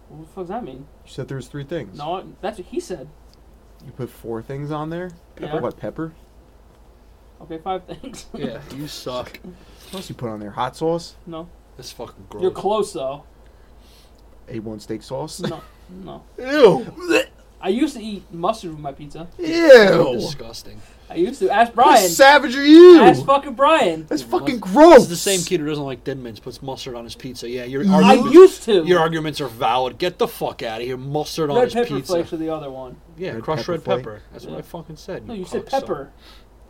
Speaker 2: What the fuck does that mean?
Speaker 1: You said there was three things.
Speaker 2: No, I- that's what he said.
Speaker 1: You put four things on there.
Speaker 2: Pepper.
Speaker 1: What pepper?
Speaker 2: Okay, five things.
Speaker 3: Yeah, you suck.
Speaker 1: What else you put on there? Hot sauce,
Speaker 2: no.
Speaker 3: That's fucking gross.
Speaker 2: You're close though.
Speaker 1: A1 steak sauce.
Speaker 2: No. No.
Speaker 3: Ew.
Speaker 2: I used to eat mustard with my pizza.
Speaker 1: Ew.
Speaker 3: Disgusting.
Speaker 2: I used to. Ask
Speaker 1: What
Speaker 2: Brian.
Speaker 1: savage are you?
Speaker 2: Ask fucking Brian.
Speaker 1: That's
Speaker 3: It
Speaker 1: fucking
Speaker 3: must-
Speaker 1: gross.
Speaker 3: This is the same kid who doesn't like thin mints, puts mustard on his pizza. Yeah, your
Speaker 2: I
Speaker 3: arguments,
Speaker 2: used to.
Speaker 3: your arguments are valid. Get the fuck out of here. Mustard on
Speaker 2: Red
Speaker 3: his
Speaker 2: pepper
Speaker 3: pizza.
Speaker 2: flakes are the other one.
Speaker 3: Yeah,
Speaker 1: Red
Speaker 3: crushed
Speaker 1: pepper
Speaker 3: red
Speaker 1: flake.
Speaker 3: pepper. That's what I fucking said.
Speaker 2: No, you said
Speaker 3: cocksucker.
Speaker 2: pepper.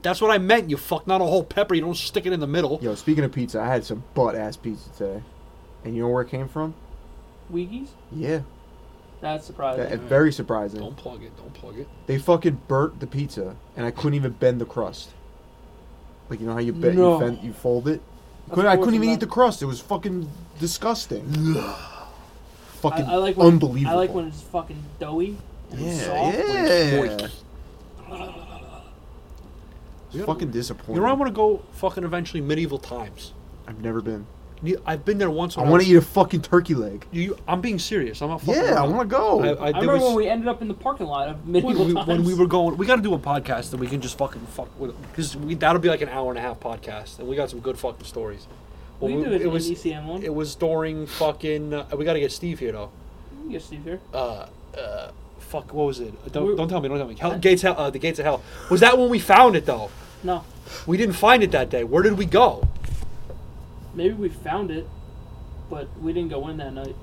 Speaker 3: That's what I meant. You fuck. Not a whole pepper. You don't stick it in the middle.
Speaker 1: Yo, speaking of pizza, I had some butt ass pizza today, and you know where it came from?
Speaker 2: Wheaties?
Speaker 1: Yeah,
Speaker 2: That's
Speaker 1: that,
Speaker 2: surprising.
Speaker 1: it's very surprising.
Speaker 3: Don't plug it. Don't plug it.
Speaker 1: They fucking burnt the pizza, and I couldn't even bend the crust. Like you know how you bend,
Speaker 2: No.
Speaker 1: you, bend you fold it. I
Speaker 2: Of
Speaker 1: couldn't, I
Speaker 2: course
Speaker 1: couldn't even
Speaker 2: not.
Speaker 1: eat the crust. It was fucking disgusting. fucking
Speaker 2: I, I like when,
Speaker 1: unbelievable.
Speaker 2: I like when it's fucking doughy and
Speaker 1: yeah,
Speaker 2: it's soft.
Speaker 1: yeah.
Speaker 3: moist.
Speaker 1: It's fucking disappointing.
Speaker 3: You know where I want to go? Fucking eventually medieval times.
Speaker 1: I've never been.
Speaker 3: Ne- I've been there once.
Speaker 1: I want to eat a fucking turkey leg.
Speaker 3: You, I'm being serious. I'm not fucking.
Speaker 1: Yeah, I
Speaker 3: around.
Speaker 1: want to go.
Speaker 3: I, I,
Speaker 2: I
Speaker 3: there
Speaker 2: remember
Speaker 3: was-
Speaker 2: when we ended up in the parking lot of medieval
Speaker 3: when we,
Speaker 2: times.
Speaker 3: when we were going, we got to do a podcast that we can just fucking fuck with because we that'll be like an hour and a half podcast, and we got some good fucking stories.
Speaker 2: we
Speaker 3: Well,
Speaker 2: can do it,
Speaker 3: it was
Speaker 2: ECM E one.
Speaker 3: it was during fucking. Uh, we got to get Steve here though.
Speaker 2: You get Steve here.
Speaker 3: Uh, uh, fuck, what was it? Uh,
Speaker 2: We're-
Speaker 3: Don't, don't tell me, don't tell me. Hell, gates, hell, uh, the gates of hell. Was that when we found it though?
Speaker 2: No,
Speaker 3: We didn't find it that day. Where did we go?
Speaker 2: maybe we found it, but we didn't go in that night.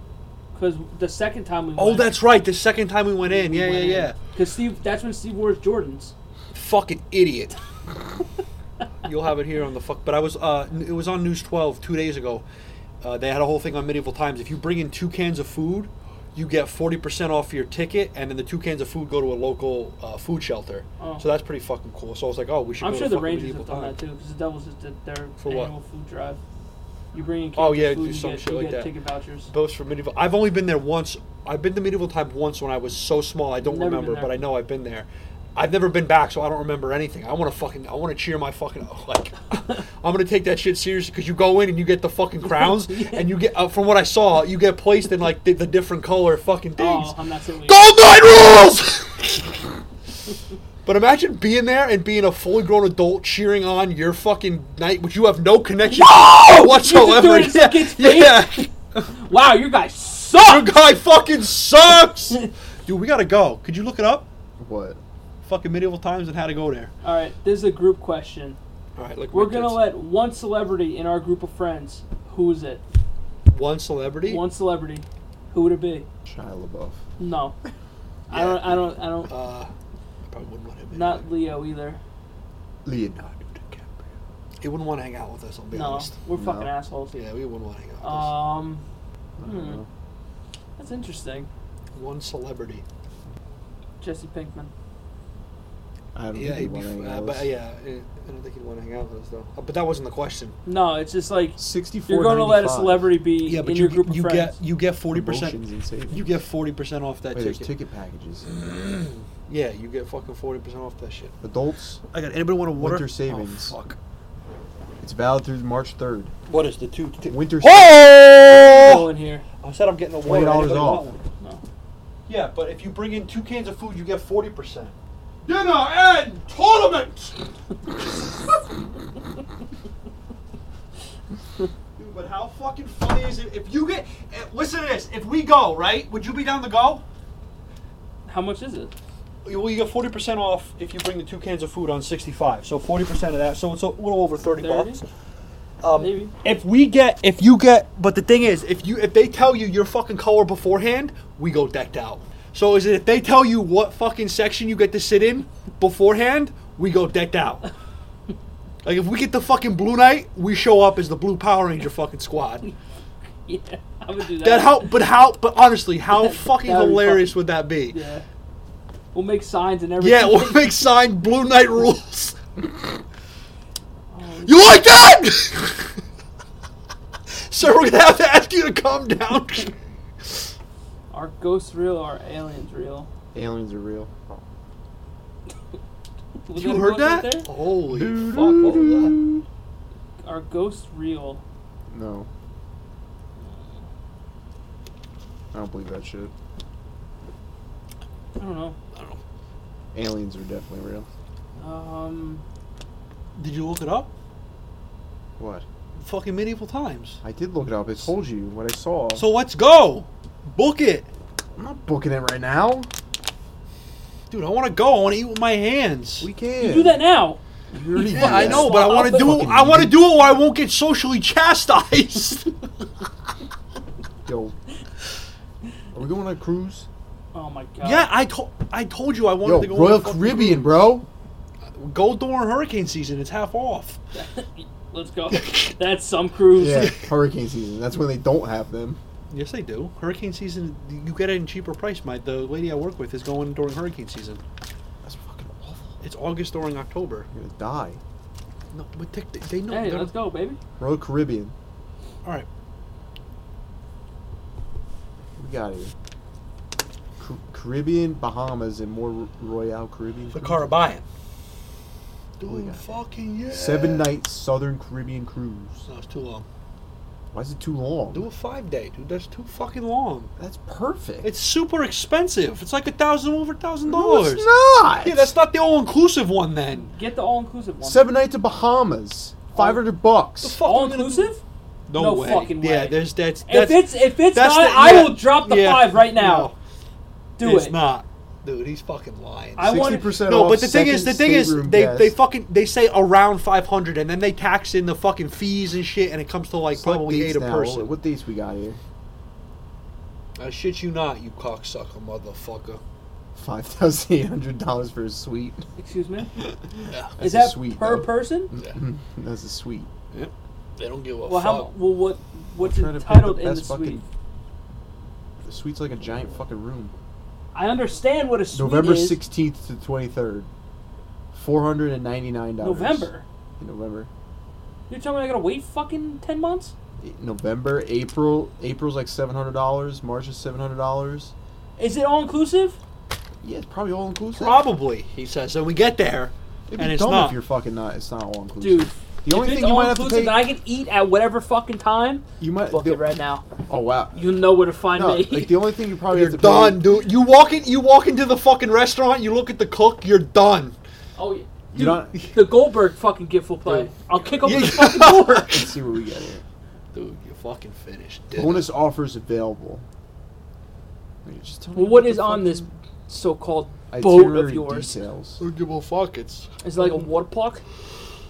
Speaker 2: Cause the second time we
Speaker 3: Oh,
Speaker 2: went,
Speaker 3: that's right. The second time we went in.
Speaker 2: we
Speaker 3: Yeah, yeah,
Speaker 2: went in.
Speaker 3: yeah.
Speaker 2: Cause Steve, that's when Steve wore his Jordans.
Speaker 3: Fucking idiot. You'll have it here on the fuck. But I was, uh, n- it was on News 12 two days ago. Uh, they had a whole thing on medieval times. If you bring in two cans of food, you get 40% off your ticket, and then the two cans of food go to a local uh, food shelter.
Speaker 2: Oh.
Speaker 3: So that's pretty fucking cool. So I was like, oh, we should
Speaker 2: I'm
Speaker 3: go
Speaker 2: sure
Speaker 3: to
Speaker 2: the
Speaker 3: fucking
Speaker 2: Rangers
Speaker 3: medieval
Speaker 2: have done
Speaker 3: time.
Speaker 2: that too, because the Devils just did their
Speaker 3: For what?
Speaker 2: annual food drive. You bring in
Speaker 3: Oh,
Speaker 2: cans of
Speaker 3: yeah,
Speaker 2: food,
Speaker 3: do
Speaker 2: you
Speaker 3: some
Speaker 2: get,
Speaker 3: shit
Speaker 2: you
Speaker 3: like
Speaker 2: get
Speaker 3: that.
Speaker 2: ticket vouchers.
Speaker 3: Both for medieval. I've only been there once. I've been to medieval time once when I was so small. I don't
Speaker 2: Never been
Speaker 3: remember,
Speaker 2: there.
Speaker 3: but I know I've been there. I've never been back, so I don't remember anything. I want to fucking. I want to cheer my fucking. Like, I'm gonna take that shit seriously because you go in and you get the fucking crowns, and you get. Uh, from what I saw, you get placed in like the, the different color fucking things.
Speaker 2: Oh, I'm not saying we-
Speaker 3: Gold Nine rules. but imagine being there and being a fully grown adult cheering on your fucking night, which you have no connection to whatsoever.
Speaker 2: You have to do it against me?
Speaker 3: yeah.
Speaker 2: Wow, you guys
Speaker 3: Your
Speaker 2: suck!
Speaker 3: guy fucking sucks. Dude, we gotta go. Could you look it up?
Speaker 1: What?
Speaker 3: Fucking medieval times and how to go there.
Speaker 2: All right, this is a group question.
Speaker 3: All right, like
Speaker 2: We're gonna let one celebrity in our group of friends. Who is it?
Speaker 3: one celebrity.
Speaker 2: One celebrity. Who would it be?
Speaker 1: Shia LaBeouf.
Speaker 2: No. I don't. I don't. I don't.
Speaker 3: Uh, I probably wouldn't want him. in there.
Speaker 2: Not Leo either.
Speaker 1: Leonardo DiCaprio.
Speaker 3: He wouldn't want to hang out with us. I'll be
Speaker 2: No,
Speaker 3: honest.
Speaker 2: we're fucking
Speaker 1: No.
Speaker 2: assholes.
Speaker 3: Yeah, we wouldn't want to hang out. With us.
Speaker 2: Um,
Speaker 1: I don't
Speaker 2: Hmm.
Speaker 1: know.
Speaker 2: that's interesting.
Speaker 3: One celebrity.
Speaker 2: Jesse Pinkman.
Speaker 1: I don't
Speaker 3: Yeah,
Speaker 1: think
Speaker 3: he'd
Speaker 1: he
Speaker 3: be,
Speaker 1: want
Speaker 3: f-
Speaker 1: to
Speaker 3: uh, but yeah, eh, I don't think he'd want to hang out with us though. Uh, but that wasn't the question.
Speaker 2: No, it's just like
Speaker 1: 64
Speaker 2: you're gonna let a celebrity be
Speaker 3: Yeah, but
Speaker 2: in
Speaker 3: you,
Speaker 2: your group of
Speaker 3: you
Speaker 2: friends.
Speaker 3: get you get forty percent.
Speaker 1: and savings.
Speaker 3: You get forty percent off that
Speaker 1: Wait, there's
Speaker 3: ticket.
Speaker 1: ticket packages.
Speaker 3: Yeah, you get fucking forty percent off that shit.
Speaker 1: Adults,
Speaker 3: I got anybody want a
Speaker 1: water? Winter savings.
Speaker 3: fuck.
Speaker 1: it's valid through March 3rd.
Speaker 3: What is the two? two
Speaker 1: Winter
Speaker 2: Go
Speaker 3: oh!
Speaker 2: in here.
Speaker 3: I said I'm getting a water.
Speaker 1: $20
Speaker 3: Anybody want
Speaker 1: off.
Speaker 3: one?
Speaker 2: No.
Speaker 3: Yeah, but if you bring in two cans of food, you get forty percent.
Speaker 4: Dinner and tournament!
Speaker 3: Dude, but how fucking funny is it if you get? eh, Listen to this. If we go, right? Would you be down to go?
Speaker 2: How much is it?
Speaker 3: Well, you get forty percent off if you bring the two cans of food on sixty-five. So forty percent of that. So it's a little over thirty
Speaker 2: Thirty.
Speaker 3: bucks. Um,
Speaker 2: Maybe.
Speaker 3: If we get, if you get, but the thing is, if you, if they tell you your fucking color beforehand, we go decked out. So is it if they tell you what fucking section you get to sit in beforehand, we go decked out. like if we get the fucking blue knight, we show up as the blue Power Ranger fucking squad.
Speaker 2: Yeah, I would do that.
Speaker 3: That how, but how, but honestly, how fucking
Speaker 2: That would be
Speaker 3: hilarious
Speaker 2: fucking-
Speaker 3: would that be?
Speaker 2: Yeah. We'll make signs and everything.
Speaker 3: Yeah, we'll make signed Blue Knight rules. you like that? Sir, we're gonna have to ask you to calm down.
Speaker 2: Are ghosts real or are aliens real?
Speaker 1: Aliens are real.
Speaker 2: Was
Speaker 3: you
Speaker 2: a
Speaker 3: heard
Speaker 2: ghost right
Speaker 3: that?
Speaker 2: there?
Speaker 3: Holy fuck!
Speaker 2: what was
Speaker 1: No.
Speaker 2: Are ghosts real?
Speaker 1: I don't believe that shit.
Speaker 2: I don't know.
Speaker 1: Aliens are definitely real.
Speaker 2: Um,
Speaker 3: Did you look it up?
Speaker 1: What?
Speaker 3: Fucking medieval times.
Speaker 1: I did look it up. I told you what I saw.
Speaker 3: So let's go. Book it,
Speaker 1: I'm not booking it right now.
Speaker 3: dude. I want to go. I want to eat with my hands.
Speaker 1: We can.
Speaker 2: do that now.
Speaker 1: You already
Speaker 3: yeah,
Speaker 1: did
Speaker 3: I
Speaker 1: that.
Speaker 3: know, but I want to do it. I want to do it, or I won't get socially chastised.
Speaker 1: Yo. Are we going on a cruise?
Speaker 2: Oh my god.
Speaker 3: yeah, I told I told you I wanted
Speaker 1: Yo,
Speaker 3: to go. on a
Speaker 1: Royal
Speaker 3: fucking
Speaker 1: Caribbean, bro.
Speaker 3: cruise. Go during hurricane season. It's half off.
Speaker 2: Let's go. That's some cruise.
Speaker 1: Yeah, hurricane season. That's when they don't have them.
Speaker 3: Yes, they do. Hurricane season, you get it in cheaper price. My the lady I work with is going during hurricane season.
Speaker 1: That's fucking awful.
Speaker 3: It's August during October.
Speaker 1: You're gonna die.
Speaker 3: No, but they, they know.
Speaker 2: Hey,
Speaker 3: they're-
Speaker 2: let's go, baby.
Speaker 1: Royal Caribbean.
Speaker 3: All right,
Speaker 1: We got here. Car- Caribbean, Bahamas, and more Ro- Royal Caribbean.
Speaker 3: the
Speaker 1: cruises.
Speaker 3: Caribbean.
Speaker 1: Holy
Speaker 3: Dude,
Speaker 1: God.
Speaker 3: fucking yeah.
Speaker 1: Seven night Southern Caribbean cruise.
Speaker 3: No, it's too long.
Speaker 1: Why is it too long?
Speaker 3: Do a five day, dude. That's too fucking long.
Speaker 1: That's perfect.
Speaker 3: It's super expensive. It's like a thousand over a thousand
Speaker 1: no, it's
Speaker 3: dollars.
Speaker 1: not.
Speaker 3: Yeah, that's not the all inclusive one then.
Speaker 2: Get the all-inclusive one.
Speaker 1: seven night to Bahamas. Five hundred
Speaker 3: The
Speaker 1: bucks.
Speaker 3: fuck am I gonna do-
Speaker 2: all-inclusive?
Speaker 3: No,
Speaker 2: No
Speaker 3: way.
Speaker 2: fucking
Speaker 3: Yeah,
Speaker 2: way.
Speaker 3: there's that's.
Speaker 2: If
Speaker 3: that's
Speaker 2: it's if it's
Speaker 3: that's
Speaker 2: not,
Speaker 3: the-
Speaker 2: I
Speaker 3: yeah,
Speaker 2: will drop the
Speaker 3: yeah,
Speaker 2: five right now.
Speaker 3: no.
Speaker 2: Do
Speaker 3: it's
Speaker 2: it.
Speaker 3: not, dude. He's fucking lying.
Speaker 2: I want-
Speaker 1: Sixty percent
Speaker 3: No,
Speaker 1: off.
Speaker 3: but the thing is, the thing
Speaker 1: second
Speaker 3: is,
Speaker 1: stateroom
Speaker 3: they,
Speaker 1: guest.
Speaker 3: they fucking they say around five hundred, and then they tax in the fucking fees and shit, and it comes to like
Speaker 1: Select
Speaker 3: probably
Speaker 1: dates
Speaker 3: eight a
Speaker 1: now.
Speaker 3: person.
Speaker 1: What dates we got here?
Speaker 3: I shit you not, you cocksucker, motherfucker.
Speaker 1: Five thousand eight hundred dollars for a suite.
Speaker 2: Excuse me.
Speaker 1: That's
Speaker 2: Is
Speaker 1: a
Speaker 2: that
Speaker 1: suite,
Speaker 2: per
Speaker 1: though. Mm.
Speaker 2: person?
Speaker 1: That's a suite.
Speaker 3: They don't give a
Speaker 2: Well, how?
Speaker 3: fuck.
Speaker 2: Well, what? What's
Speaker 1: Trying to pick
Speaker 2: entitled
Speaker 1: the
Speaker 2: in the
Speaker 1: best fucking-
Speaker 2: suite?
Speaker 1: The suite's like a giant fucking room.
Speaker 2: I understand what a suite
Speaker 1: November
Speaker 2: is.
Speaker 1: 16th to 23rd. $499.
Speaker 2: November.
Speaker 1: In November.
Speaker 2: You're telling me I gotta wait fucking ten months?
Speaker 1: A- November, April. April's like $700. March is $700.
Speaker 2: Is it all inclusive?
Speaker 1: Yeah, it's probably all inclusive.
Speaker 3: Probably, he says. And we get there,
Speaker 1: It'd be
Speaker 3: and it's
Speaker 1: dumb
Speaker 3: not.
Speaker 1: if you're fucking not. It's not all inclusive.
Speaker 2: Dude,
Speaker 1: the only
Speaker 2: if it's
Speaker 1: thing you
Speaker 2: all
Speaker 1: might have to
Speaker 2: inclusive
Speaker 1: pay.
Speaker 2: and I can eat at whatever fucking time,
Speaker 1: you might.
Speaker 2: book
Speaker 1: the-
Speaker 2: it right now.
Speaker 1: Oh wow.
Speaker 2: You know where to find
Speaker 1: No,
Speaker 2: me.
Speaker 1: like the only thing you probably
Speaker 3: Oh, You're
Speaker 1: have to
Speaker 3: done,
Speaker 1: Pay,
Speaker 3: dude. You walk in. You walk into the fucking restaurant. You look at the cook. You're done.
Speaker 2: oh yeah.
Speaker 1: you don't.
Speaker 2: The Goldberg fucking gift will play.
Speaker 1: Dude.
Speaker 2: I'll kick open
Speaker 3: Yeah.
Speaker 2: the fucking door.
Speaker 1: Let's see what we get here.
Speaker 3: Dude, you're fucking finished.
Speaker 1: Bonus offers available. Wait, just tell me
Speaker 2: Well, what
Speaker 1: the
Speaker 2: is on
Speaker 1: fucking
Speaker 2: this so-called boat
Speaker 1: itinerary
Speaker 2: of yours?
Speaker 1: Details.
Speaker 3: Don't give a fuck. It's
Speaker 2: It's like a water park.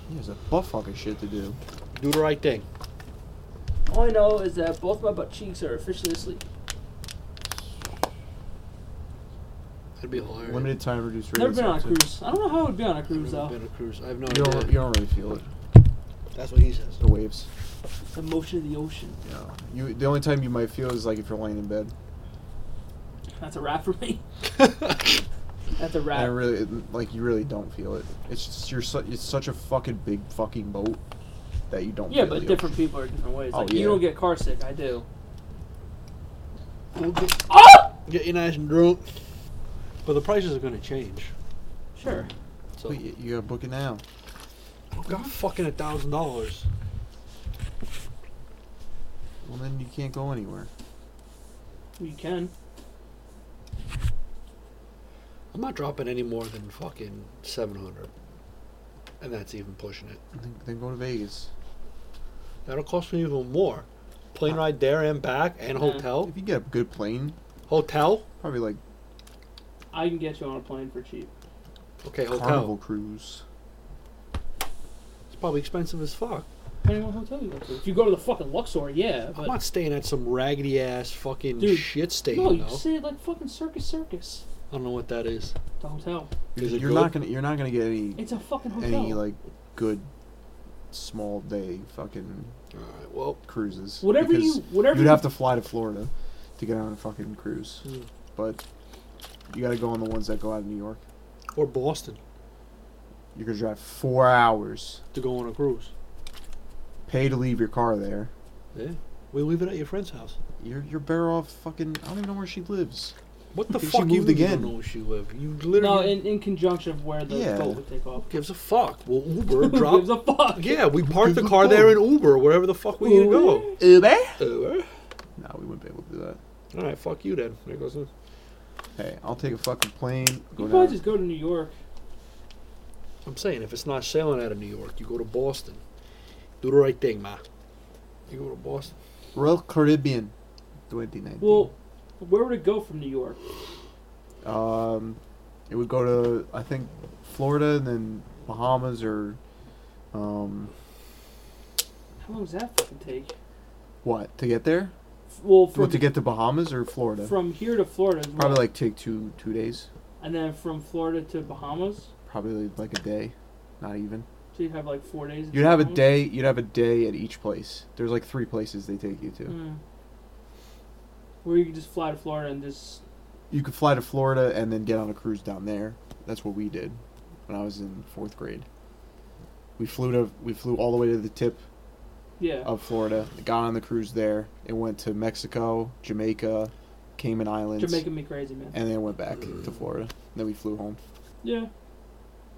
Speaker 1: Yeah, There's a butt fucking shit to do.
Speaker 3: do the right thing.
Speaker 2: All I know is that both my butt cheeks are officially asleep.
Speaker 3: That'd be hilarious.
Speaker 1: Limited time reduced
Speaker 2: Never
Speaker 1: rates
Speaker 2: been on a
Speaker 1: up to-
Speaker 2: cruise. I don't know how it would be on a
Speaker 3: I've
Speaker 2: cruise
Speaker 3: never
Speaker 2: though.
Speaker 3: been a cruise. I have no idea.
Speaker 1: You don't, you don't really feel it.
Speaker 3: That's what he says.
Speaker 1: The waves.
Speaker 2: The motion of the ocean.
Speaker 1: Yeah. You. The only time you might feel is like if you're laying in bed.
Speaker 2: That's a wrap for me. That's a wrap.
Speaker 1: And really, it- like you really don't feel it. It's just you're. Su- it's such a fucking big fucking boat that you don't.
Speaker 2: yeah,
Speaker 1: feel
Speaker 2: but
Speaker 1: the
Speaker 2: different people are different ways.
Speaker 1: Oh,
Speaker 2: Like
Speaker 1: yeah.
Speaker 2: you don't get car sick, I do.
Speaker 3: We'll get,
Speaker 2: Oh,
Speaker 3: get you nice and drunk. But the prices are going to change.
Speaker 2: sure.
Speaker 3: So
Speaker 1: ocean. Wait, you gotta book it now.
Speaker 3: got fucking a thousand dollars.
Speaker 1: Well, then you can't go anywhere.
Speaker 2: You can.
Speaker 3: I'm not dropping any more than fucking seven hundred, and that's even pushing it.
Speaker 1: Then, then go to Vegas.
Speaker 3: That'll cost me even more. Plane ride there and back, and
Speaker 2: Yeah.
Speaker 3: hotel.
Speaker 1: If you get a good plane,
Speaker 3: Hotel.
Speaker 1: probably like
Speaker 2: I can get you on a plane for cheap.
Speaker 3: Okay, hotel.
Speaker 1: Carnival Cruise.
Speaker 3: It's probably expensive as fuck.
Speaker 2: Depending on what hotel you go to. If you go to the fucking Luxor, yeah.
Speaker 3: I'm
Speaker 2: But
Speaker 3: not staying at some raggedy ass fucking
Speaker 2: Dude,
Speaker 3: shit station.
Speaker 2: no, you
Speaker 3: though.
Speaker 2: say it like fucking circus, circus.
Speaker 3: I don't know what that is.
Speaker 2: The hotel.
Speaker 3: Is
Speaker 1: You're,
Speaker 3: it
Speaker 1: you're
Speaker 3: good?
Speaker 1: not gonna. You're not gonna get any
Speaker 2: It's a fucking hotel.
Speaker 1: any like good small day fucking
Speaker 3: All right. Well,
Speaker 1: cruises.
Speaker 2: whatever
Speaker 1: because
Speaker 2: you, whatever
Speaker 1: You'd
Speaker 2: you
Speaker 1: have to fly to Florida to get on a fucking cruise,
Speaker 3: Hmm.
Speaker 1: but you gotta go on the ones that go out of New York.
Speaker 3: or Boston
Speaker 1: You're gonna drive four hours,
Speaker 3: to go on a cruise.
Speaker 1: pay to leave your car there.
Speaker 3: Yeah. We leave it at your friend's house.
Speaker 1: You're you're better off fucking. I don't even know where she lives.
Speaker 3: What the
Speaker 1: She
Speaker 3: fuck?
Speaker 1: moved
Speaker 3: you mean
Speaker 1: again.
Speaker 3: You don't know where she live. You
Speaker 2: No,
Speaker 3: literally
Speaker 2: in, in conjunction of where the
Speaker 1: Yeah.
Speaker 2: boat would take off.
Speaker 3: gives a fuck. Well, Uber
Speaker 2: Who
Speaker 3: drop.
Speaker 2: gives a fuck?
Speaker 3: yeah, we parked the
Speaker 1: gives a
Speaker 3: car there in Uber, wherever the fuck we need to go.
Speaker 1: Uber?
Speaker 3: Uber.
Speaker 1: No, we wouldn't be able to do that.
Speaker 3: All right, fuck you then. There goes. the-
Speaker 1: Hey, I'll take a fucking plane. Go
Speaker 2: You
Speaker 1: down.
Speaker 2: probably just go to New York.
Speaker 3: I'm saying if it's not sailing out of New York, you go to Boston. Do the right thing, ma. You go to Boston.
Speaker 1: Royal Caribbean, 2019.
Speaker 2: Well, where would it go from New York?
Speaker 1: Um, it would go to I think Florida and then Bahamas or um
Speaker 2: How long does that fucking take?
Speaker 1: what to get there?
Speaker 2: F- Well, from,
Speaker 1: What, to get to Bahamas or Florida?
Speaker 2: from here to Florida, is
Speaker 1: Probably
Speaker 2: what?
Speaker 1: like take two two days.
Speaker 2: and then from Florida to Bahamas,
Speaker 1: Probably like a day, not even.
Speaker 2: so you'd have like four days. in
Speaker 1: You'd have a
Speaker 2: Bahamas?
Speaker 1: day. You'd have a day at each place. There's like three places they take you to.
Speaker 2: Mm. Where you could just fly to Florida and just
Speaker 1: You could fly to Florida and then get on a cruise down there. That's what we did when I was in fourth grade. We flew to we flew all the way to the tip
Speaker 2: yeah.
Speaker 1: of Florida. Got on the cruise there. It went to Mexico, Jamaica, Cayman Islands,
Speaker 2: You're making me crazy, man.
Speaker 1: and then went back to Florida. Then we flew home.
Speaker 2: Yeah.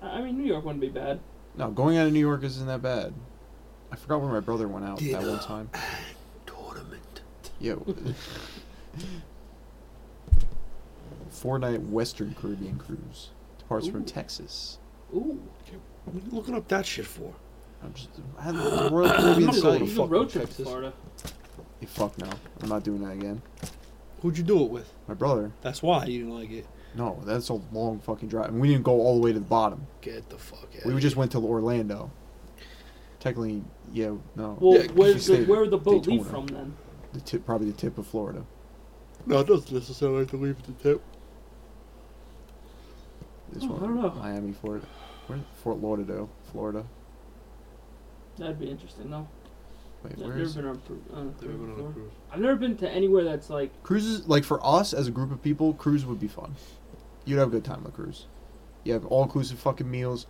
Speaker 2: I I mean, New York wouldn't be bad.
Speaker 1: No, going out of New York isn't that bad. I forgot where my brother went out that
Speaker 3: Dinner.
Speaker 1: one time.
Speaker 3: Tournament.
Speaker 1: Yeah. Four night Western Caribbean cruise. Departs
Speaker 2: Ooh.
Speaker 1: from Texas.
Speaker 2: Ooh.
Speaker 3: What are you looking up that shit for?
Speaker 1: I'm just I had the Royal Caribbean
Speaker 3: not going
Speaker 1: site.
Speaker 3: to
Speaker 2: You
Speaker 3: fuck
Speaker 2: could road
Speaker 3: with
Speaker 2: trip to
Speaker 3: Texas.
Speaker 2: Florida.
Speaker 1: Yeah, fuck no. I'm not doing that again.
Speaker 3: Who'd you do it with?
Speaker 1: My brother.
Speaker 3: That's why you didn't like it.
Speaker 1: No, that's a long fucking drive. And we didn't go all the way to the bottom.
Speaker 3: Get the fuck out.
Speaker 1: We just went to Orlando. Technically, yeah, no.
Speaker 2: Well,
Speaker 3: Yeah, 'cause
Speaker 2: where,
Speaker 1: you
Speaker 2: the,
Speaker 1: stayed
Speaker 2: where
Speaker 1: at
Speaker 2: would the boat leave from
Speaker 1: Daytona.
Speaker 2: then?
Speaker 1: The tip, probably the tip of Florida.
Speaker 3: No, it doesn't necessarily have to leave the tip.
Speaker 1: This
Speaker 2: Oh,
Speaker 1: one,
Speaker 2: I don't know.
Speaker 1: Miami, Florida. Where, Fort Lauderdale, Florida.
Speaker 2: That'd be interesting, though.
Speaker 1: Wait,
Speaker 2: I've
Speaker 1: where
Speaker 2: never
Speaker 1: is
Speaker 2: been on, a- on a
Speaker 3: They
Speaker 2: cruise
Speaker 3: went
Speaker 2: before.
Speaker 3: unapproved.
Speaker 2: I've never been to anywhere that's like
Speaker 1: cruises? Like for us as a group of people, cruise would be fun. You'd have a good time on a cruise. You have all inclusive fucking meals.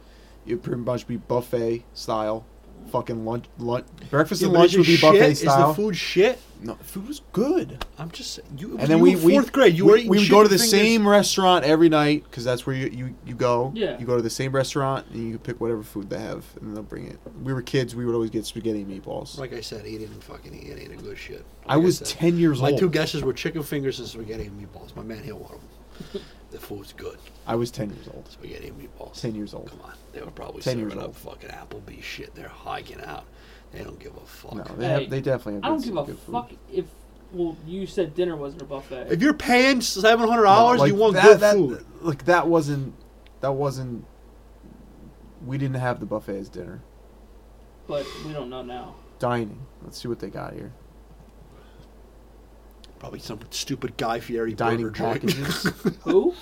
Speaker 1: It'd pretty much be buffet style. Fucking lunch, lunch, breakfast
Speaker 3: Yeah,
Speaker 1: and
Speaker 3: but
Speaker 1: lunch
Speaker 3: is
Speaker 1: would
Speaker 3: it
Speaker 1: be buffet
Speaker 3: shit? Is
Speaker 1: style.
Speaker 3: the food shit?
Speaker 1: no, food was good.
Speaker 3: I'm just you.
Speaker 1: and then we we-
Speaker 3: fourth grade. You
Speaker 1: we,
Speaker 3: were eating
Speaker 1: we would
Speaker 3: shit
Speaker 1: go to the
Speaker 3: fingers.
Speaker 1: same restaurant every night because that's where you, you you go.
Speaker 2: Yeah.
Speaker 1: You go to the same restaurant and you pick whatever food they have and they'll bring it. We were kids. We would always get spaghetti and meatballs.
Speaker 3: Like I said, he didn't fucking eat any of the good shit. Like
Speaker 1: I was
Speaker 3: said,
Speaker 1: ten years
Speaker 3: My
Speaker 1: old.
Speaker 3: two guesses were chicken fingers and spaghetti and meatballs. My man, he'll want them. the food's good.
Speaker 1: I was ten years old.
Speaker 3: Spaghetti and meatballs.
Speaker 1: Ten years old.
Speaker 3: Come on, they were probably
Speaker 1: 10 years
Speaker 3: serving up
Speaker 1: old.
Speaker 3: fucking Applebee shit. They're hiking out. They don't give a fuck.
Speaker 1: No, they
Speaker 2: Hey,
Speaker 1: have. They definitely. Have
Speaker 2: I don't
Speaker 1: good-
Speaker 2: give a
Speaker 1: good food.
Speaker 2: fuck if. Well, you said dinner wasn't a buffet.
Speaker 3: if you're paying seven hundred
Speaker 1: No,
Speaker 3: dollars,
Speaker 1: like,
Speaker 3: you want
Speaker 1: that,
Speaker 3: good
Speaker 1: that,
Speaker 3: food.
Speaker 1: Like that wasn't. That wasn't. We didn't have the buffet as dinner.
Speaker 2: but we don't know now.
Speaker 1: Dining. Let's see what they got here.
Speaker 3: Probably some stupid Guy Fieri
Speaker 1: Dining
Speaker 3: burger joint.
Speaker 1: packages.
Speaker 2: Who?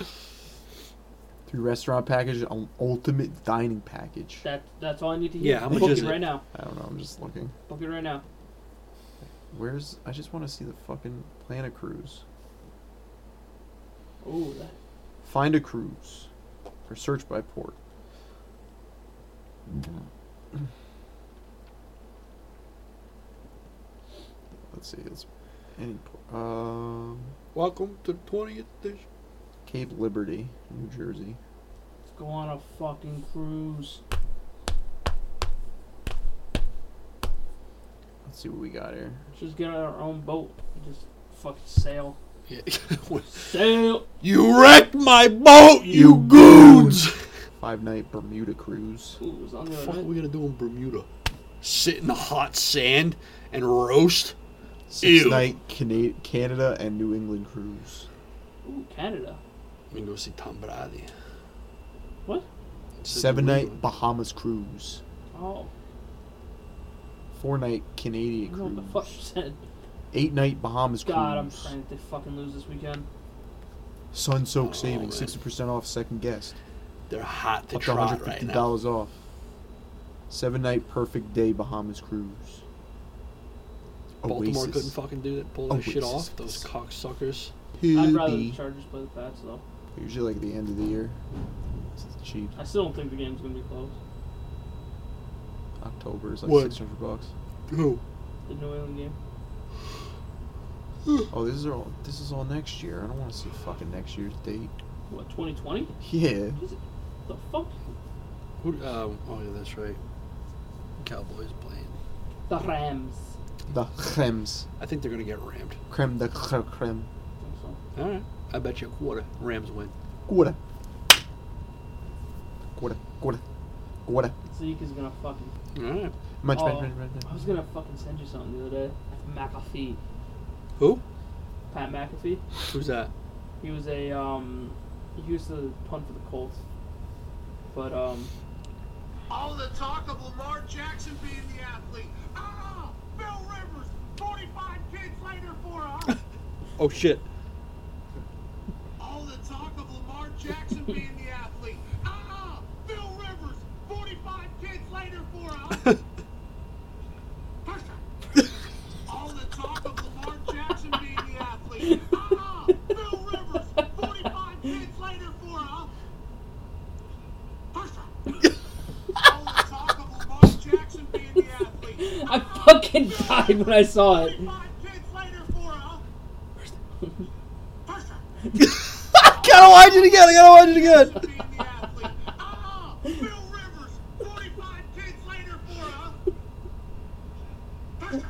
Speaker 1: Three restaurant package. an Ultimate dining package.
Speaker 2: that that's all I need to hear.
Speaker 3: Yeah, how much
Speaker 2: Book
Speaker 3: is
Speaker 2: it
Speaker 3: it?
Speaker 2: right now.
Speaker 1: I don't know. I'm just looking.
Speaker 2: Book it right now.
Speaker 1: Where's I just want to see the fucking plan a cruise.
Speaker 2: Ooh, that,
Speaker 1: Find a cruise. Or search by port. Let's see, it's any port um
Speaker 3: Welcome to the twentieth.
Speaker 1: Cape Liberty, New Jersey.
Speaker 2: let's go on a fucking cruise.
Speaker 1: Let's see what we got here.
Speaker 2: Let's just get on our own boat and just fucking sail.
Speaker 3: Yeah.
Speaker 2: Sail.
Speaker 3: you wrecked my boat,
Speaker 1: You
Speaker 3: you, goons!
Speaker 1: Five night Bermuda cruise.
Speaker 2: Ooh, it was on
Speaker 3: What
Speaker 2: the
Speaker 3: the fuck are
Speaker 2: other
Speaker 3: we
Speaker 2: night.
Speaker 3: gonna do in Bermuda? Sit in the hot sand and roast?
Speaker 1: Six
Speaker 3: Ew.
Speaker 1: night Cana- Canada and New England cruise.
Speaker 2: Ooh, Canada.
Speaker 3: We can go see Tom Brady.
Speaker 2: What?
Speaker 3: It's in
Speaker 1: Seven
Speaker 3: Bermuda.
Speaker 1: night Bahamas cruise.
Speaker 2: Oh,
Speaker 1: Four night Canadian
Speaker 2: I don't know what the fuck you
Speaker 1: cruise.
Speaker 2: said.
Speaker 1: Eight night Bahamas cruise.
Speaker 2: God, I'm frantic. They fucking lose this weekend.
Speaker 1: Sun soaked
Speaker 3: Oh,
Speaker 1: savings,
Speaker 3: man.
Speaker 1: sixty percent off second guest,
Speaker 3: They're hot to
Speaker 1: up to one
Speaker 3: trot
Speaker 1: hundred
Speaker 3: right
Speaker 1: fifty
Speaker 3: now.
Speaker 1: dollars off. Seven night perfect day Bahamas cruise.
Speaker 3: Baltimore couldn't
Speaker 1: Oasis. Oh,
Speaker 3: fucking do that. Pull that shit
Speaker 1: Oasis.
Speaker 3: off. Those cocksuckers.
Speaker 2: I'd rather the
Speaker 1: Hoobie.
Speaker 2: Chargers play the Pats though.
Speaker 1: Usually like the end of the year. It's cheap.
Speaker 2: I still don't think the game's gonna be close.
Speaker 1: October is like
Speaker 3: What?
Speaker 1: six hundred bucks.
Speaker 3: Who?
Speaker 2: The New England game.
Speaker 1: Oh, this is all. This is all next year. I don't want to see fucking next year's date.
Speaker 2: What? 2020?
Speaker 1: Yeah.
Speaker 2: The fuck?
Speaker 3: Who? Um, oh yeah, that's right. Cowboys playing.
Speaker 2: The Rams.
Speaker 1: The cremes.
Speaker 3: I think they're gonna get rammed.
Speaker 1: Creme de cre- creme.
Speaker 2: I think so.
Speaker 3: All right. I bet you a quarter. Rams win.
Speaker 1: Quarter. Quarter. Quarter. Quarter.
Speaker 2: Zeke is gonna fucking.
Speaker 3: All right.
Speaker 1: Munch,
Speaker 2: Oh,
Speaker 1: munch, munch, munch, munch.
Speaker 2: I was gonna fucking send you something the other day. McAfee.
Speaker 3: Who?
Speaker 2: Pat McAfee.
Speaker 3: Who's that?
Speaker 2: He was a um, he used to punt for the Colts, but um,
Speaker 4: All the talk of Lamar Jackson being the athlete. Ah, Bill Rivers, 45 kids later for us.
Speaker 3: Oh shit.
Speaker 4: All the talk of Lamar Jackson being the athlete. Ah, Bill Rivers, 45 kids later for us. Touchdown. All the talk of Lamar Jackson being the athlete. Ah, Bill Rivers, 45 kids later for us. Touchdown. All the talk of Lamar Jackson being the athlete.
Speaker 2: I fucking died when I saw it.
Speaker 4: 45 kids later for us. Touchdown.
Speaker 3: I gotta watch it again. I gotta watch it again.
Speaker 4: being the athlete. Ah, Bill Rivers, 45 kids later for us.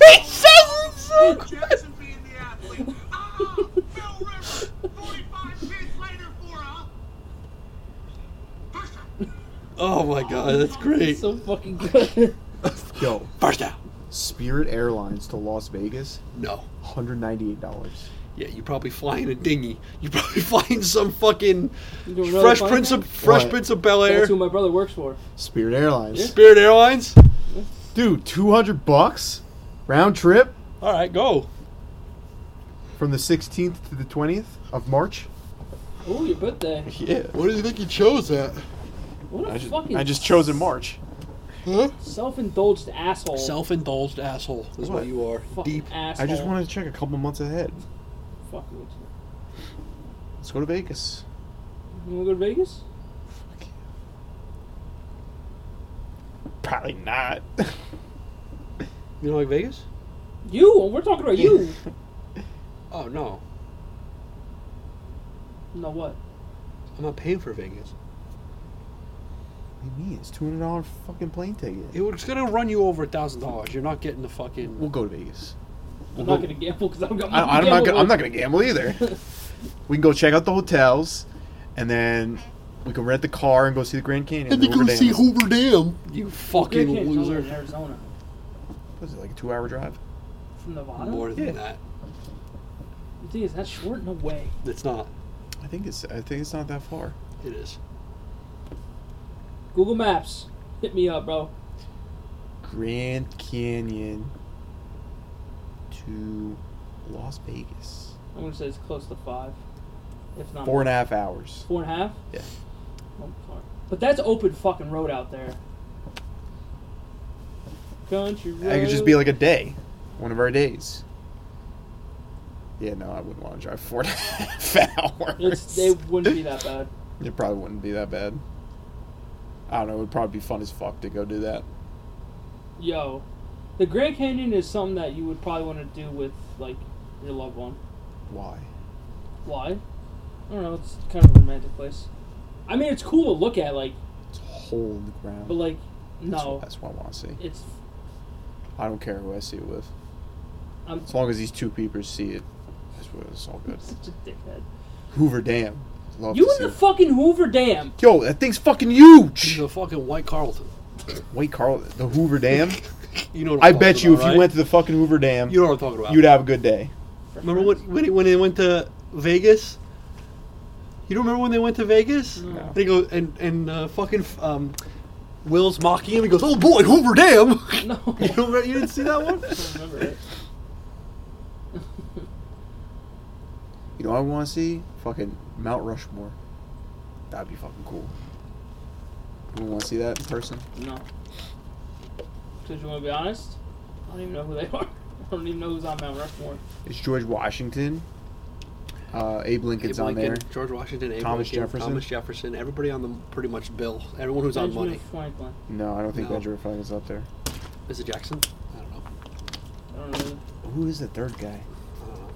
Speaker 3: he says it so.
Speaker 4: Jackson being the athlete. Ah, Bill Rivers, 45 kids later for us.
Speaker 3: Oh my god, that's great.
Speaker 2: It's so fucking good.
Speaker 1: Yo,
Speaker 3: First down.
Speaker 1: Spirit Airlines to Las Vegas,
Speaker 3: No.
Speaker 1: hundred ninety-eight dollars.
Speaker 3: Yeah, you probably fly in a dinghy. You probably fly in some fucking
Speaker 2: You know what
Speaker 3: Fresh
Speaker 2: I find
Speaker 3: Prince
Speaker 2: out?
Speaker 3: of Fresh
Speaker 1: What?
Speaker 3: Prince of Bel Air,
Speaker 2: That's who my brother works for.
Speaker 1: Spirit Airlines,
Speaker 3: Spirit Airlines.
Speaker 1: dude, two hundred bucks round trip
Speaker 3: All right, go.
Speaker 1: from the sixteenth to the twentieth of March.
Speaker 2: Oh, your birthday.
Speaker 1: Yeah,
Speaker 3: What do you think you chose that?
Speaker 2: What a
Speaker 1: I just,
Speaker 2: fucking.
Speaker 1: I just chose in March.
Speaker 2: Self-indulged asshole.
Speaker 3: Self-indulged asshole is what,
Speaker 1: What?
Speaker 3: you are.
Speaker 2: Fucking
Speaker 3: Deep.
Speaker 2: Asshole.
Speaker 1: I just wanted to check a couple months ahead.
Speaker 2: Fuck you. You
Speaker 1: Let's go to Vegas.
Speaker 2: wanna go to Vegas?
Speaker 1: Probably not.
Speaker 3: You know, like Vegas?
Speaker 2: You? We're talking about you.
Speaker 3: Oh no,
Speaker 2: no what?
Speaker 3: I'm not paying for Vegas.
Speaker 1: What do you mean? It's two hundred dollar fucking plane ticket.
Speaker 3: It was gonna run you over a thousand dollars. You're not getting the fucking.
Speaker 1: We'll go to Vegas.
Speaker 2: I'm
Speaker 1: Well,
Speaker 2: not gonna gamble because I don't got money. to
Speaker 1: I, I'm not.
Speaker 2: gamble
Speaker 1: Gonna, I'm not
Speaker 2: with.
Speaker 1: gonna gamble either. we can go check out the hotels, and then we can rent the car and go see the Grand Canyon. And, Riverdale.
Speaker 3: Hoover Dam. You
Speaker 2: Grand
Speaker 3: fucking
Speaker 2: Canyon's over in
Speaker 3: loser.
Speaker 2: Arizona,
Speaker 1: Was it like a two hour drive?
Speaker 2: from Nevada.
Speaker 3: More than
Speaker 1: Yeah.
Speaker 3: that,
Speaker 2: Dude, is that short? No way.
Speaker 3: it's not.
Speaker 1: I think it's. I think it's not that far.
Speaker 3: It is.
Speaker 2: Google Maps, hit me up, bro.
Speaker 1: Grand Canyon to Las Vegas.
Speaker 2: I'm gonna say it's close to five, if not
Speaker 1: Four and a half hours.
Speaker 2: Four and a half.
Speaker 1: Yeah.
Speaker 2: Oh, fuck. But that's open fucking road out there. Country road.
Speaker 1: I could just be like a day, one of our days. Yeah, no, I wouldn't want to drive four and a half hours.
Speaker 2: It's, they wouldn't be that bad.
Speaker 1: It probably wouldn't be that bad. I don't know. It would probably be fun as fuck to go do that.
Speaker 2: Yo, the Grand Canyon is something that you would probably want to do with like your loved one.
Speaker 1: Why?
Speaker 2: Why? I don't know. It's kind of a romantic place. I mean, it's cool to look at, like,
Speaker 1: It's a hole in the ground.
Speaker 2: but like,
Speaker 1: That's-
Speaker 2: no,
Speaker 1: That's, what I want to see.
Speaker 2: it's.
Speaker 1: I don't care who I see it with.
Speaker 2: I'm
Speaker 1: As long as these two peepers see it, that's what it's all good.
Speaker 2: such a dickhead.
Speaker 1: Hoover Dam. Love
Speaker 2: You
Speaker 1: to see
Speaker 2: in the
Speaker 1: it.
Speaker 2: fucking Hoover Dam?
Speaker 1: Yo, that thing's fucking huge.
Speaker 3: He's a fucking White Carlton.
Speaker 1: Wait, Carl, the Hoover Dam?
Speaker 3: You know. What I'm
Speaker 1: I
Speaker 3: talking
Speaker 1: bet you if
Speaker 3: about,
Speaker 1: you
Speaker 3: right?
Speaker 1: went to the fucking Hoover Dam,
Speaker 3: you know what I'm talking about.
Speaker 1: you'd have a good day.
Speaker 3: Remember when when, it, when they went to Vegas? You don't remember when they went to Vegas?
Speaker 2: No.
Speaker 3: And he goes and and uh, fucking um, Will's mocking him. He goes, "Oh boy, Hoover Dam."
Speaker 2: No.
Speaker 3: you, don't, re- you didn't see that one?
Speaker 2: I don't remember it.
Speaker 1: You know what I want to see? Fucking Mount Rushmore. That'd be fucking cool. You want to see that in person?
Speaker 2: No. Because you want to be honest, I don't even know who they are. I don't even know who's on Mount Rushmore.
Speaker 1: It's George Washington. Uh, Abe Lincoln's
Speaker 3: Abe
Speaker 1: on
Speaker 3: Lincoln,
Speaker 1: there.
Speaker 3: George Washington, Abe
Speaker 1: Thomas
Speaker 3: Lincoln,
Speaker 1: Jefferson.
Speaker 3: Thomas Jefferson. Everybody on the pretty much bill. Everyone who's on
Speaker 2: Benjamin
Speaker 3: money.
Speaker 2: Franklin.
Speaker 1: No, I don't think
Speaker 3: No.
Speaker 1: Benjamin Franklin's up there.
Speaker 3: Is it Jackson? I don't know.
Speaker 2: I don't know.
Speaker 1: Who is the third guy?
Speaker 3: I don't know.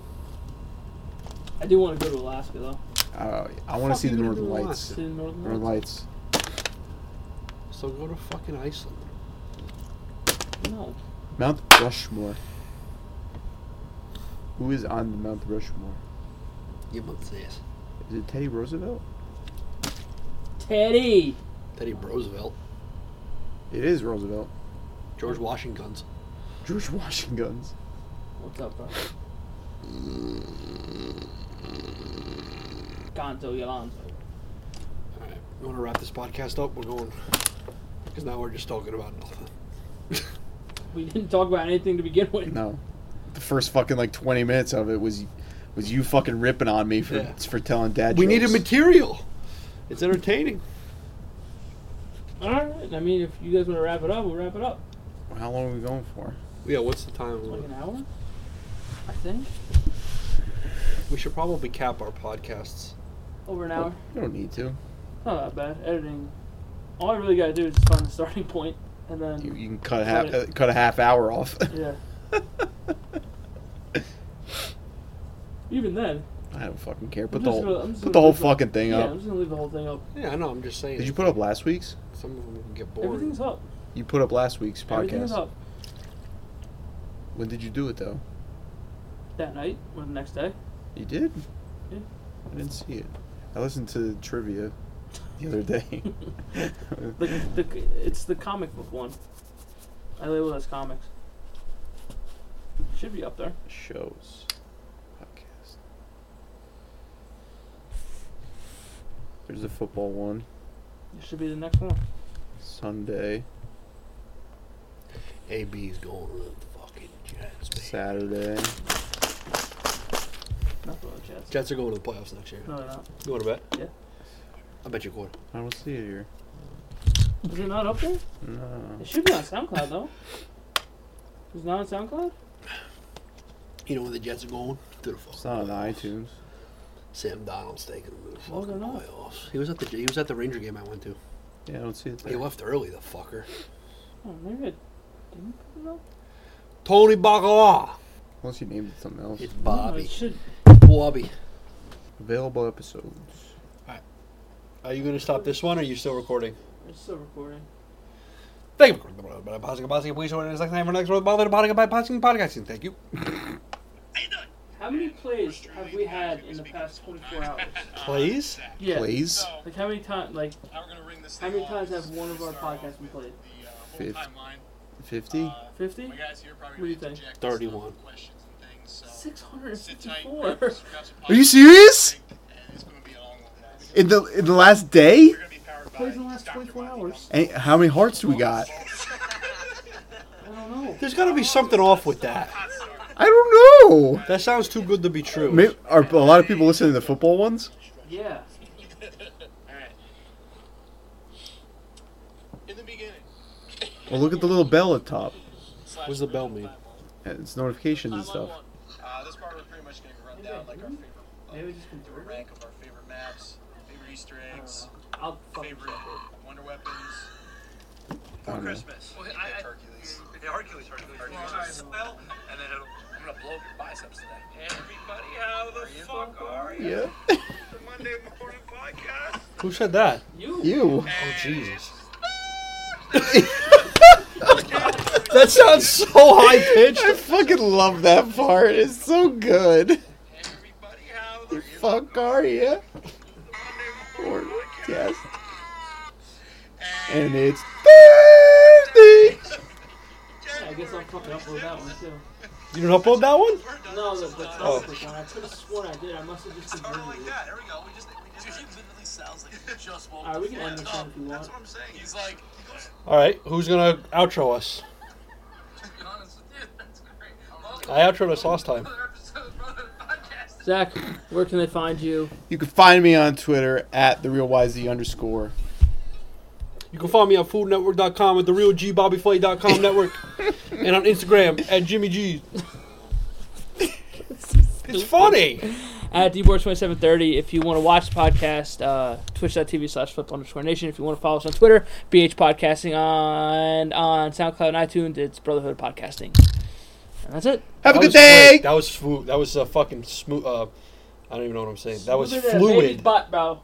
Speaker 2: I do want to go to Alaska though.
Speaker 1: Uh, I
Speaker 3: Fuck
Speaker 1: want to see
Speaker 3: you
Speaker 1: the
Speaker 3: gonna
Speaker 1: Northern
Speaker 3: do in
Speaker 1: Lights.
Speaker 2: To the Northern
Speaker 1: Northern
Speaker 2: Lights.
Speaker 1: Lights.
Speaker 3: So go to fucking Iceland.
Speaker 2: No.
Speaker 1: Mount Rushmore. Who is on the Mount Rushmore?
Speaker 3: You must say it.
Speaker 1: Is it Teddy Roosevelt?
Speaker 2: Teddy.
Speaker 3: Teddy Roosevelt,
Speaker 1: It is Roosevelt.
Speaker 3: George Washington's.
Speaker 1: George Washington's.
Speaker 2: What's up, bro? Gonzo
Speaker 3: All
Speaker 2: Yolando.
Speaker 3: right, you want to wrap this podcast up? We're going because now we're just talking about nothing.
Speaker 2: We didn't talk about anything to begin with.
Speaker 1: No, the first fucking like twenty minutes of it was was you fucking ripping on me for
Speaker 3: Yeah.
Speaker 1: for telling dad.
Speaker 3: We
Speaker 1: jokes.
Speaker 3: needed material. It's entertaining.
Speaker 2: All right. I mean, if you guys want to wrap it up, we'll wrap it up.
Speaker 1: How long are we going for?
Speaker 3: Yeah, what's the time?
Speaker 2: Like an hour, I think.
Speaker 3: We should probably cap our podcasts.
Speaker 2: Over an hour.
Speaker 1: You don't need to.
Speaker 2: Not that bad. Editing. All I really gotta do is find the starting point, and then
Speaker 1: You, you can cut a half uh, cut a half hour off.
Speaker 2: yeah. Even then,
Speaker 1: I don't fucking care. Put
Speaker 2: I'm
Speaker 1: the
Speaker 2: just
Speaker 1: whole,
Speaker 2: gonna- I'm just gonna
Speaker 1: put the whole
Speaker 2: leave the-
Speaker 1: fucking thing
Speaker 2: yeah, I'm
Speaker 1: up.
Speaker 2: just gonna leave the whole thing up.
Speaker 3: Yeah, I know. I'm just saying.
Speaker 1: Did you put up last week's?
Speaker 3: some of them can get bored.
Speaker 2: Everything's up.
Speaker 1: You put up last week's podcast.
Speaker 2: Everything's up.
Speaker 1: When did you do it though?
Speaker 2: That night or the next day.
Speaker 1: You did?
Speaker 2: Yeah.
Speaker 1: I didn't see it. I listened to trivia the other day.
Speaker 2: The, the, it's the comic book one. I label it as comics. Should be up there.
Speaker 1: Shows. Podcast. There's a football one.
Speaker 2: It should be the next one.
Speaker 1: Sunday.
Speaker 3: AB's going to the fucking Jets. man.
Speaker 1: Saturday.
Speaker 2: Not the Jets.
Speaker 3: Jets are going to the playoffs next year.
Speaker 2: No, they're not.
Speaker 3: You want to bet?
Speaker 2: Yeah.
Speaker 3: I bet you a quarter.
Speaker 1: I don't see it here.
Speaker 2: Is it not up there?
Speaker 1: No.
Speaker 2: It should be on SoundCloud though. It's not on SoundCloud.
Speaker 3: You know where the Jets are going? To the fuck.
Speaker 1: It's not on iTunes.
Speaker 3: Sam Donald's taking them to the
Speaker 2: Well, they're
Speaker 3: fucking
Speaker 2: not.
Speaker 3: playoffs. He was at the he was at the Ranger game I went to.
Speaker 1: Yeah, I don't see it.
Speaker 3: He
Speaker 1: There.
Speaker 3: left early, the fucker.
Speaker 2: Oh, maybe it didn't put it up.
Speaker 3: Tony Bacala.
Speaker 1: Unless you named it something else.
Speaker 3: It's
Speaker 2: No,
Speaker 3: Bobby.
Speaker 2: it should.
Speaker 3: Bobby.
Speaker 1: Available episodes.
Speaker 3: Are you gonna stop this one? Or are you still recording?
Speaker 2: It's still recording.
Speaker 3: Thank you for podcasting, podcasting, please join us next time for next road bother to podcasting, podcasting, podcasting. Thank you.
Speaker 2: How many plays have we had in the past 24 hours?
Speaker 3: Please.
Speaker 2: Yeah.
Speaker 1: Please.
Speaker 4: So,
Speaker 2: Like how many times? Like
Speaker 4: now we're gonna ring this
Speaker 2: how
Speaker 4: thing
Speaker 2: many
Speaker 4: off.
Speaker 2: times
Speaker 4: This
Speaker 2: have
Speaker 4: is
Speaker 2: one of
Speaker 4: gonna
Speaker 2: our
Speaker 4: start off
Speaker 2: podcasts been played?
Speaker 4: with the, uh, whole
Speaker 1: Fifth.
Speaker 4: timeline.
Speaker 1: 50?
Speaker 4: Uh,
Speaker 2: 50?
Speaker 4: my guys here probably
Speaker 2: What do you
Speaker 4: gonna
Speaker 2: think?
Speaker 4: interject with
Speaker 3: 31.
Speaker 4: some questions and things, so sit tight, grab
Speaker 2: 654.
Speaker 4: some- grab some
Speaker 1: Are you
Speaker 4: popcorn,
Speaker 1: serious?
Speaker 4: and it's gonna be a long one, guys.
Speaker 1: In the in the last day?
Speaker 4: We're gonna be powered by
Speaker 2: Plays in the last
Speaker 4: Dr.
Speaker 2: 24
Speaker 4: Monty
Speaker 2: hours.
Speaker 1: And how many hearts do we got?
Speaker 2: I don't know.
Speaker 3: There's got to be something off with that.
Speaker 1: I don't know.
Speaker 3: That sounds too good to be true.
Speaker 1: May are a lot of people listening to the football ones?
Speaker 2: Yeah.
Speaker 4: Alright. In the beginning,
Speaker 1: Well, look at the little bell at top.
Speaker 4: slash
Speaker 3: What's the bell mean?
Speaker 1: It's notifications and
Speaker 4: Timeline
Speaker 1: stuff.
Speaker 4: one. Uh, this part we're pretty much gonna run down like our favorite,
Speaker 2: Maybe
Speaker 4: uh,
Speaker 2: just
Speaker 4: the
Speaker 2: convert it.
Speaker 4: rank of our favorite maps, favorite Easter eggs,
Speaker 2: I'll fucking
Speaker 4: favorite Wonder Weapons.
Speaker 1: I don't know.
Speaker 4: Christmas. Well, I, I, Hercules. Yeah, Hercules. Hercules. Hercules. Well, and then it'll, I'm gonna blow up your biceps today. Everybody, how the fuck are you?
Speaker 1: Yeah.
Speaker 4: The Monday morning podcast.
Speaker 3: Who said that?
Speaker 2: you.
Speaker 1: You.
Speaker 3: Oh Jesus.
Speaker 1: That sounds so high pitched. I fucking love that part. It's so good.
Speaker 4: Everybody, how the
Speaker 1: Fuck are you?
Speaker 4: Monday
Speaker 1: Or
Speaker 4: morning podcast.
Speaker 1: yes. And it's Thursday.
Speaker 2: I guess I'm fucking up with that one too.
Speaker 3: You didn't upload that one?
Speaker 2: No, no, but that's
Speaker 3: Oh.
Speaker 2: the one. I could have sworn I did. I must have just
Speaker 4: Totally
Speaker 2: converted it.
Speaker 4: that. There we go. We just, we just Dude, he literally sounds like he just woke
Speaker 2: Alright, we can end
Speaker 4: the
Speaker 2: this
Speaker 4: fuck
Speaker 2: one
Speaker 4: up.
Speaker 2: if you want.
Speaker 4: That's what I'm saying. He's like, he goes,
Speaker 3: All right. Who's gonna outro us?
Speaker 4: to be honest with you, that's great. Welcome
Speaker 3: I outroed us last
Speaker 4: to
Speaker 3: time.
Speaker 4: another episode of Brother Podcast.
Speaker 2: Zach, where can they find you?
Speaker 1: You can find me on Twitter at the real YZ underscore.
Speaker 3: You can find me on foodnetwork.com at the real gbobbyflay.com network and on Instagram at Jimmy G's. It's funny.
Speaker 2: at dboard2730 if you want to watch the podcast uh, twitch.tv slash flip underscore nation if you want to follow us on twitter bh podcasting on on soundcloud and itunes it's brotherhood podcasting and that's it
Speaker 1: Have a
Speaker 3: That
Speaker 1: good
Speaker 3: was great.
Speaker 1: day.
Speaker 3: That was smooth. That was uh, fucking smooth. Uh, I don't even know what I'm saying. That was
Speaker 2: Smoother than a baby's
Speaker 3: fluid.
Speaker 2: butt, bro